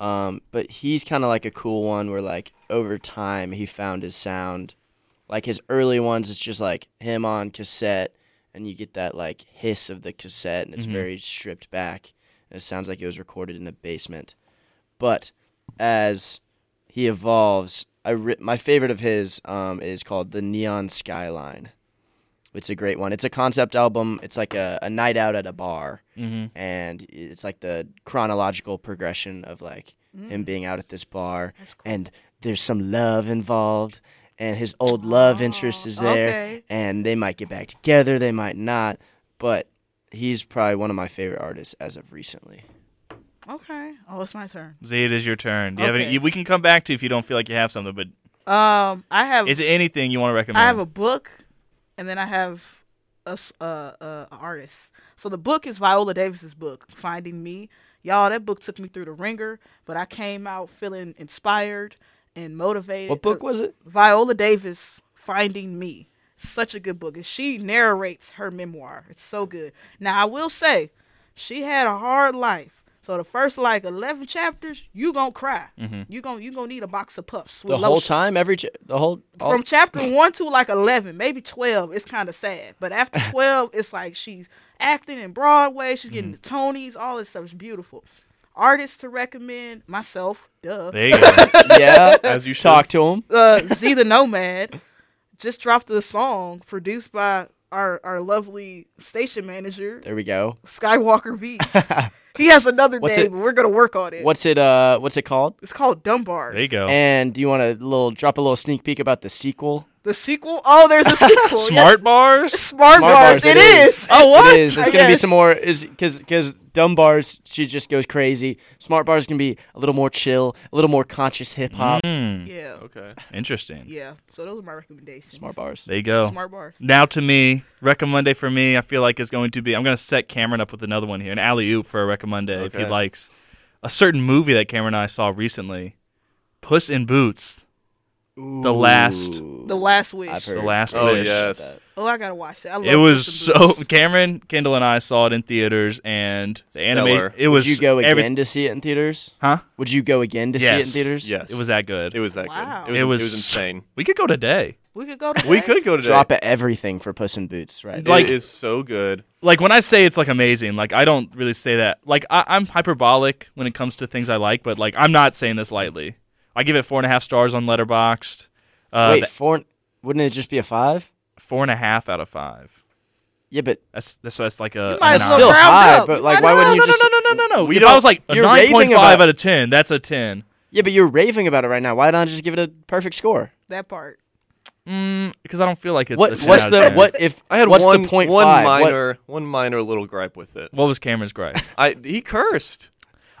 [SPEAKER 2] Um, but he's kind of like a cool one where, like, over time, he found his sound Like his early ones, it's just like him on cassette, and you get that like hiss of the cassette, and it's very stripped back. And it sounds like it was recorded in the basement. But as he evolves, I re- my favorite of his um, is called the Neon Skyline. It's a great one. It's a concept album. It's like a, a night out at a bar, and it's like the chronological progression of like him being out at this bar, and there's some love involved, and his old love interest is there,
[SPEAKER 6] okay.
[SPEAKER 2] and they might get back together, they might not, but he's probably one of my favorite artists as of recently.
[SPEAKER 6] Okay. Oh, it's my turn.
[SPEAKER 1] Z, it is your turn. Do you have
[SPEAKER 6] Okay.
[SPEAKER 1] any, you- we can come back to if you don't feel like you have something, but
[SPEAKER 6] Um, I have
[SPEAKER 1] is it anything you want to recommend?
[SPEAKER 6] I have a book, and then I have a s- uh, uh, a artist. So the book is Viola Davis's book, Finding Me. Y'all, that book took me through the ringer, but I came out feeling inspired and motivated. Uh,
[SPEAKER 2] What book was it?
[SPEAKER 6] Viola Davis, Finding Me. Such a good book. And she narrates her memoir. It's so good. Now, I will say, she had a hard life. So the first like 11 chapters, you going to cry. You going you going to need a box of puffs with
[SPEAKER 2] Mm-hmm. The whole
[SPEAKER 6] lotion
[SPEAKER 2] time, every ch- the whole all-
[SPEAKER 6] from chapter one to like 11 maybe 12 it's kind of sad but after 12 it's like she's acting in broadway she's getting the tonys all this stuff is beautiful artists to recommend myself duh
[SPEAKER 1] There you go.
[SPEAKER 2] yeah.
[SPEAKER 3] As you should.
[SPEAKER 2] talk to him.
[SPEAKER 6] uh, z the nomad just dropped a song produced by our, our lovely station manager
[SPEAKER 2] There we go.
[SPEAKER 6] skywalker beats he has another
[SPEAKER 2] What's
[SPEAKER 6] name
[SPEAKER 2] it-
[SPEAKER 6] but we're gonna work on it
[SPEAKER 2] What's it? Uh, what's it called?
[SPEAKER 6] it's called Dumbar.
[SPEAKER 1] There you go.
[SPEAKER 2] And do you want to little drop a little sneak peek about the sequel?
[SPEAKER 6] The sequel? Oh, there's a sequel.
[SPEAKER 1] Smart
[SPEAKER 6] Yes.
[SPEAKER 1] bars.
[SPEAKER 6] Smart, bars. It is.
[SPEAKER 1] Oh, what?
[SPEAKER 2] It is. It's
[SPEAKER 6] I
[SPEAKER 2] gonna be
[SPEAKER 6] guess.
[SPEAKER 2] some more. Is because because dumb bars she just goes crazy. Smart bars can be a little more chill, a little more conscious hip hop.
[SPEAKER 6] Yeah.
[SPEAKER 3] Okay.
[SPEAKER 1] Interesting.
[SPEAKER 6] Yeah. So those are my recommendations.
[SPEAKER 2] Smart bars.
[SPEAKER 1] There you go.
[SPEAKER 6] Smart bars.
[SPEAKER 1] Now to me, recommendé for me, I feel like is going to be. I'm going to set Cameron up with another one here, an alley oop for a recommendé if he
[SPEAKER 3] Okay.
[SPEAKER 1] likes a certain movie that Cameron and I saw recently, Puss in Boots, the last,
[SPEAKER 6] The Last Wish.
[SPEAKER 2] I've
[SPEAKER 1] the
[SPEAKER 2] heard.
[SPEAKER 1] last
[SPEAKER 3] Oh
[SPEAKER 1] wish.
[SPEAKER 3] yes.
[SPEAKER 6] Oh, I gotta watch that. I love
[SPEAKER 1] It was
[SPEAKER 6] Puss in Boots.
[SPEAKER 1] so. Cameron, Kendall, and I saw it in theaters, and the anime.
[SPEAKER 3] Stellar.
[SPEAKER 1] It was.
[SPEAKER 2] Would you go again
[SPEAKER 1] every-
[SPEAKER 2] to see it in theaters?
[SPEAKER 1] Huh?
[SPEAKER 2] Would you go again to
[SPEAKER 1] Yes.
[SPEAKER 2] see it in theaters?
[SPEAKER 3] Yes.
[SPEAKER 1] It was that good.
[SPEAKER 3] It was that
[SPEAKER 6] Wow.
[SPEAKER 3] good. It was,
[SPEAKER 1] It
[SPEAKER 3] it
[SPEAKER 1] was
[SPEAKER 3] was insane.
[SPEAKER 1] We could go today.
[SPEAKER 6] We could go to.
[SPEAKER 3] We could go today.
[SPEAKER 2] Drop at everything for Puss in Boots, right?
[SPEAKER 1] Like-
[SPEAKER 3] it is so good.
[SPEAKER 1] like when I say it's like amazing, like I don't really say that. Like I, I'm hyperbolic when it comes to things I like, but like I'm not saying this lightly. I give it four and a half stars on Letterboxd. Uh,
[SPEAKER 2] Wait,
[SPEAKER 1] th-
[SPEAKER 2] four? Wouldn't it just be a five?
[SPEAKER 1] four and a half out of five.
[SPEAKER 2] Yeah, but
[SPEAKER 1] That's that's, that's like a.
[SPEAKER 6] might
[SPEAKER 1] a
[SPEAKER 6] as
[SPEAKER 1] nine.
[SPEAKER 6] well
[SPEAKER 2] still
[SPEAKER 6] round
[SPEAKER 2] high.
[SPEAKER 6] up.
[SPEAKER 2] But
[SPEAKER 6] You
[SPEAKER 2] like,
[SPEAKER 6] might
[SPEAKER 2] why
[SPEAKER 6] as
[SPEAKER 2] wouldn't
[SPEAKER 1] no,
[SPEAKER 2] you just?
[SPEAKER 1] no, no, no, no, no.
[SPEAKER 3] We
[SPEAKER 1] if I
[SPEAKER 3] don't-
[SPEAKER 1] was like a
[SPEAKER 2] you're
[SPEAKER 1] nine
[SPEAKER 2] raving
[SPEAKER 1] point five
[SPEAKER 2] about-
[SPEAKER 1] out of ten, that's a ten.
[SPEAKER 2] Yeah, but you're raving about it right now. Why not just give it a perfect score?
[SPEAKER 6] that part.
[SPEAKER 1] Because I don't feel like it's. a
[SPEAKER 2] What
[SPEAKER 1] 10
[SPEAKER 2] what's
[SPEAKER 1] out of
[SPEAKER 2] the
[SPEAKER 1] 10.
[SPEAKER 2] what if
[SPEAKER 3] I had
[SPEAKER 2] what's
[SPEAKER 3] one
[SPEAKER 2] the point
[SPEAKER 3] one
[SPEAKER 2] five? What-
[SPEAKER 3] minor one minor little gripe with it.
[SPEAKER 1] What was Cameron's gripe?
[SPEAKER 3] I he cursed.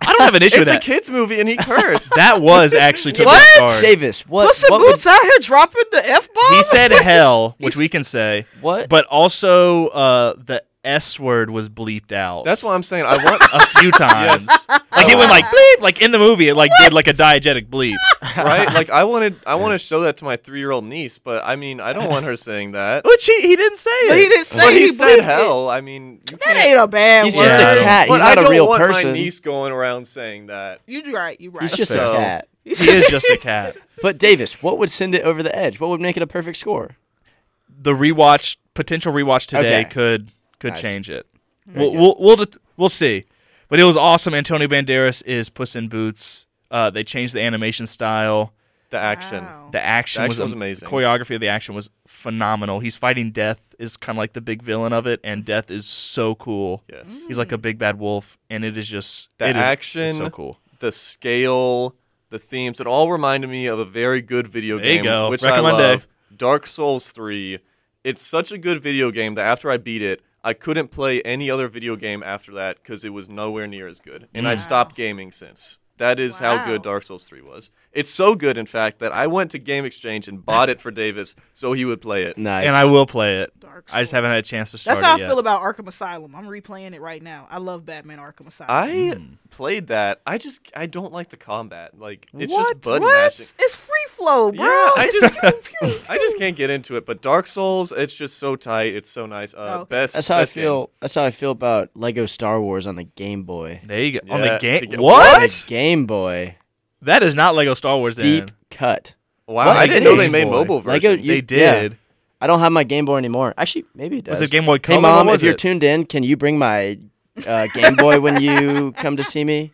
[SPEAKER 1] I don't have an issue
[SPEAKER 3] It's
[SPEAKER 1] with
[SPEAKER 3] a
[SPEAKER 1] that.
[SPEAKER 3] kids movie and he cursed.
[SPEAKER 1] That was actually to
[SPEAKER 6] What?
[SPEAKER 1] the stars.
[SPEAKER 2] Davis, what
[SPEAKER 6] Puss in
[SPEAKER 2] what would-
[SPEAKER 6] Boots out here dropping the f bomb.
[SPEAKER 1] He said hell, which we can say.
[SPEAKER 2] What?
[SPEAKER 1] But also, uh, the S word was bleeped out.
[SPEAKER 3] That's what I'm saying. I want
[SPEAKER 1] a few times. Like it went like bleep, like in the movie, it like did like a diegetic bleep.
[SPEAKER 3] right? Like I wanted I want to show that to my 3-year-old niece, but I mean, I don't want her saying that.
[SPEAKER 1] Which he, he didn't say it.
[SPEAKER 6] But he didn't say
[SPEAKER 3] But he
[SPEAKER 6] he bleeped
[SPEAKER 3] said
[SPEAKER 6] it.
[SPEAKER 3] hell. I mean, you
[SPEAKER 6] That
[SPEAKER 3] can't-
[SPEAKER 6] ain't a bad
[SPEAKER 2] He's
[SPEAKER 6] word.
[SPEAKER 2] just
[SPEAKER 1] Yeah.
[SPEAKER 2] a cat.
[SPEAKER 3] But
[SPEAKER 2] He's
[SPEAKER 3] I
[SPEAKER 2] not a
[SPEAKER 3] don't
[SPEAKER 2] real
[SPEAKER 3] want
[SPEAKER 2] person.
[SPEAKER 3] my niece going around saying that.
[SPEAKER 6] You right. You right.
[SPEAKER 2] He's just
[SPEAKER 3] So-
[SPEAKER 2] a cat.
[SPEAKER 1] He is just a cat.
[SPEAKER 2] But Davis, what would send it over the edge? What would make it a perfect score?
[SPEAKER 1] The rewatch potential rewatch today
[SPEAKER 2] Okay.
[SPEAKER 1] could could
[SPEAKER 2] Nice.
[SPEAKER 1] change it. We'll, we'll we'll det- we'll see. But it was awesome. Antonio Banderas is Puss in Boots. Uh, they changed the animation style.
[SPEAKER 3] The action.
[SPEAKER 6] Wow.
[SPEAKER 1] The action,
[SPEAKER 3] The
[SPEAKER 1] was,
[SPEAKER 3] action was
[SPEAKER 1] am-
[SPEAKER 3] amazing.
[SPEAKER 1] The choreography of the action was phenomenal. He's fighting Death is kind of like the big villain of it, and Death is so cool.
[SPEAKER 3] Mm-hmm. Yes.
[SPEAKER 1] He's like a big bad wolf, and it is just
[SPEAKER 3] The
[SPEAKER 1] it is- it's
[SPEAKER 3] action.
[SPEAKER 1] so cool.
[SPEAKER 3] The scale, the themes, it all reminded me of a very good video
[SPEAKER 1] There you
[SPEAKER 3] game
[SPEAKER 1] go.
[SPEAKER 3] which
[SPEAKER 1] Recommend
[SPEAKER 3] I
[SPEAKER 1] it.
[SPEAKER 3] love. Dark Souls 3. It's such a good video game that after I beat it, I couldn't play any other video game after that cuz it was nowhere near as good. And I stopped gaming since. That is
[SPEAKER 6] Wow.
[SPEAKER 3] how good Dark Souls 3 was. It's so good in fact that I went to Game Exchange and bought it for Davis so he would play it.
[SPEAKER 2] Nice.
[SPEAKER 1] and I will play it.
[SPEAKER 6] Dark
[SPEAKER 1] I just
[SPEAKER 6] Souls.
[SPEAKER 1] haven't had a chance to start.
[SPEAKER 6] That's how
[SPEAKER 1] it
[SPEAKER 6] I
[SPEAKER 1] yet.
[SPEAKER 6] feel about Arkham Asylum. I'm replaying it right now. I love Batman Arkham Asylum.
[SPEAKER 3] I
[SPEAKER 1] Hmm.
[SPEAKER 3] played that. I just I don't like the combat. Like it's
[SPEAKER 6] what?
[SPEAKER 3] just button
[SPEAKER 6] what?
[SPEAKER 3] mashing.
[SPEAKER 6] It's free flow, bro.
[SPEAKER 3] Yeah, I
[SPEAKER 6] it's
[SPEAKER 3] just-
[SPEAKER 6] pew, pew.
[SPEAKER 3] I just can't get into it. But Dark Souls, it's just so tight. It's so nice. Uh,
[SPEAKER 6] okay.
[SPEAKER 3] Best.
[SPEAKER 2] that's how I
[SPEAKER 3] best game.
[SPEAKER 2] feel. That's how I feel about Lego Star Wars on the Game Boy.
[SPEAKER 1] There you go. On
[SPEAKER 3] Yeah,
[SPEAKER 1] the
[SPEAKER 3] to
[SPEAKER 1] game.
[SPEAKER 3] get-
[SPEAKER 1] What?
[SPEAKER 2] The Game Boy
[SPEAKER 1] That is not Lego Star Wars. Then.
[SPEAKER 2] deep cut.
[SPEAKER 3] Wow,
[SPEAKER 2] What?
[SPEAKER 3] I
[SPEAKER 2] It
[SPEAKER 3] didn't know
[SPEAKER 2] is.
[SPEAKER 3] they made mobile versions.
[SPEAKER 2] Lego-
[SPEAKER 3] they
[SPEAKER 2] oh, yeah.
[SPEAKER 3] did.
[SPEAKER 2] I don't have my Game Boy anymore. Actually, maybe it does.
[SPEAKER 1] Was it Game Boy Color?
[SPEAKER 2] Hey,
[SPEAKER 1] What
[SPEAKER 2] mom,
[SPEAKER 1] was
[SPEAKER 2] if you're
[SPEAKER 1] it?
[SPEAKER 2] tuned in, can you bring my uh, Game Boy when you come to see me?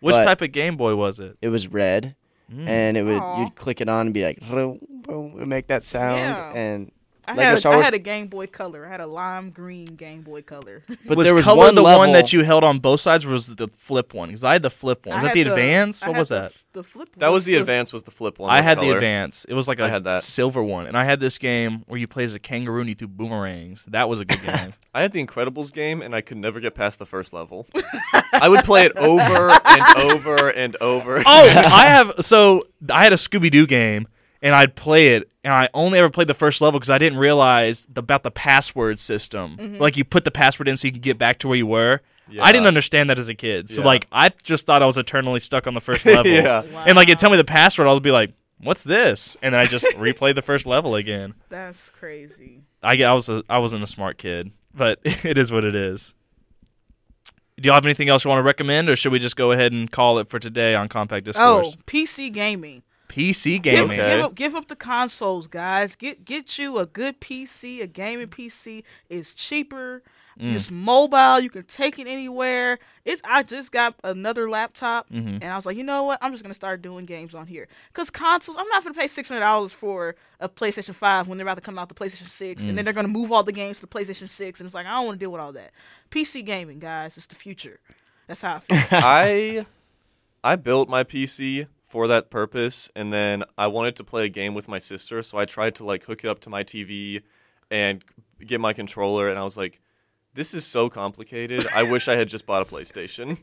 [SPEAKER 1] Which
[SPEAKER 2] but-
[SPEAKER 1] type of Game Boy was it?
[SPEAKER 2] It was red,
[SPEAKER 1] Mm.
[SPEAKER 2] and it would
[SPEAKER 6] Aw.
[SPEAKER 2] you'd click it on and be like, "Vroom, vroom," it would make that sound.
[SPEAKER 6] Yeah.
[SPEAKER 2] And
[SPEAKER 6] I
[SPEAKER 2] Lego
[SPEAKER 6] had, a,
[SPEAKER 2] Star
[SPEAKER 6] I
[SPEAKER 2] Wars-
[SPEAKER 6] had a Game Boy Color. I had a lime green Game Boy Color.
[SPEAKER 2] but
[SPEAKER 1] was,
[SPEAKER 2] there was
[SPEAKER 1] color
[SPEAKER 2] one
[SPEAKER 1] the one
[SPEAKER 2] level-
[SPEAKER 1] that you held on both sides, or was it the flip one? Because I had the flip one. Was
[SPEAKER 6] I
[SPEAKER 1] that the,
[SPEAKER 6] had
[SPEAKER 1] advance?
[SPEAKER 6] I
[SPEAKER 1] What
[SPEAKER 6] had
[SPEAKER 1] was
[SPEAKER 6] the
[SPEAKER 1] that?
[SPEAKER 6] f- The flip.
[SPEAKER 3] That was the
[SPEAKER 6] advance.
[SPEAKER 3] advance. Was the flip one?
[SPEAKER 1] I
[SPEAKER 3] with
[SPEAKER 1] had the
[SPEAKER 3] color.
[SPEAKER 1] advance. It was like a
[SPEAKER 3] I had that.
[SPEAKER 1] silver one, and I had this game where you play as a kangaroo and you threw boomerangs. That was a good game.
[SPEAKER 3] I had the Incredibles game, and I could never get past the first level. I would play it over and over and over.
[SPEAKER 1] oh, I have. So I had a Scooby Doo game, and I'd play it, and I only ever played the first level because I didn't realize the, about the password system. Like you put the password in so you can get back to where you were. I didn't
[SPEAKER 3] Yeah.
[SPEAKER 1] understand that as a kid, so
[SPEAKER 3] Yeah.
[SPEAKER 1] like I just thought I was eternally stuck on the first level.
[SPEAKER 3] Yeah.
[SPEAKER 1] and like it tell me the password, I'll be like, "What's this?" And then I just replay the first level again.
[SPEAKER 6] That's crazy.
[SPEAKER 1] I, I was a, I wasn't a smart kid, but it is what it is. Do y'all have anything else you want to recommend, or should we just go ahead and call it for today on Compact
[SPEAKER 6] Oh,
[SPEAKER 1] Discourse?
[SPEAKER 6] PC gaming.
[SPEAKER 1] PC
[SPEAKER 6] Give,
[SPEAKER 1] gaming.
[SPEAKER 6] give up, give up the consoles, guys. Get get you a good PC, a gaming PC. It's cheaper.
[SPEAKER 3] Mm.
[SPEAKER 6] It's mobile. You can take it anywhere. It's. I just got another laptop,
[SPEAKER 3] Mm-hmm.
[SPEAKER 6] and I was like, you know what? I'm just gonna start doing games on here. Cause consoles, I'm not gonna pay six hundred dollars for a PlayStation Five when they're about to come out the PlayStation Six,
[SPEAKER 3] Mm.
[SPEAKER 6] and then they're gonna move all the games to the PlayStation Six, and it's like I don't want to deal with all that. PC gaming, guys, it's the future. That's how I feel.
[SPEAKER 3] I I built my PC for that purpose, and then I wanted to play a game with my sister, so I tried to like hook it up to my TV and get my controller, and I was like, "This is so complicated. I wish I had just bought a PlayStation."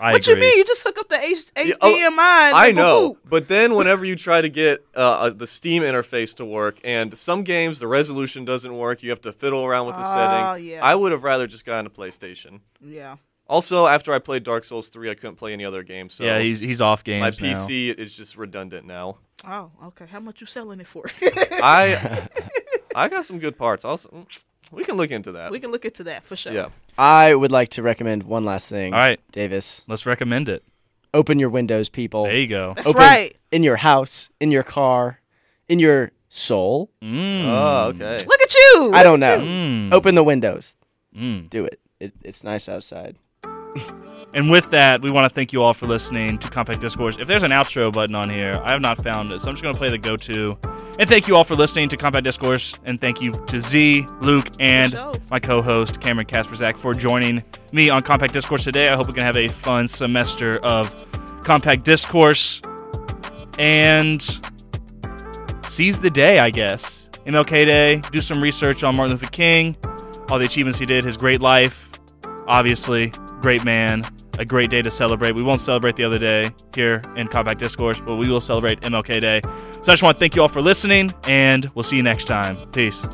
[SPEAKER 1] I
[SPEAKER 6] what
[SPEAKER 1] agree.
[SPEAKER 6] you mean? You just hook up the H- HDMI.
[SPEAKER 3] Yeah, oh,
[SPEAKER 6] and
[SPEAKER 3] I
[SPEAKER 6] then
[SPEAKER 3] know,
[SPEAKER 6] boop.
[SPEAKER 3] but then whenever you try to get uh, uh, the Steam interface to work, and some games the resolution doesn't work, you have to fiddle around with the
[SPEAKER 6] Oh,
[SPEAKER 3] setting.
[SPEAKER 6] yeah.
[SPEAKER 3] I would have rather just gotten a PlayStation.
[SPEAKER 6] Yeah.
[SPEAKER 3] Also, after I played Dark Souls 3, I couldn't play any other game, so
[SPEAKER 1] yeah, he's he's off games
[SPEAKER 3] my
[SPEAKER 1] now.
[SPEAKER 3] PC is just redundant now.
[SPEAKER 6] Oh, okay. How much you selling it for?
[SPEAKER 3] I I got some good parts. Also, we can look into that.
[SPEAKER 6] we can look into that for sure.
[SPEAKER 3] yeah.
[SPEAKER 2] I would like to recommend one last thing.
[SPEAKER 1] All right.
[SPEAKER 2] Davis,
[SPEAKER 1] Let's recommend it.
[SPEAKER 2] open your windows, people.
[SPEAKER 1] There you go.
[SPEAKER 6] That's right.
[SPEAKER 2] In your house, in your car, in your soul.
[SPEAKER 1] Mm-hmm.
[SPEAKER 3] Oh,
[SPEAKER 1] Hmm.
[SPEAKER 3] okay.
[SPEAKER 6] Look at you.
[SPEAKER 2] I don't know.
[SPEAKER 1] Mm.
[SPEAKER 2] Open the windows.
[SPEAKER 1] Mm.
[SPEAKER 2] Do it. it. It's nice outside.
[SPEAKER 1] And with that, we want to thank you all for listening to Compact Discourse. If there's an outro button on here, I have not found it, so I'm just going to play the go-to. And thank you all for listening to Compact Discourse, and thank you to Z, Luke, and
[SPEAKER 6] For sure.
[SPEAKER 1] my co-host Cameron Kasperzak for joining me on Compact Discourse today. I hope we can have a fun semester of Compact Discourse, and seize the day, I guess. MLK Day. Do some research on Martin Luther King, all the achievements he did, his great life, obviously, great man, a great day to celebrate. We won't celebrate the other day here in Compact Discourse, but we will celebrate MLK Day. So I just want to thank you all for listening, and we'll see you next time. Peace.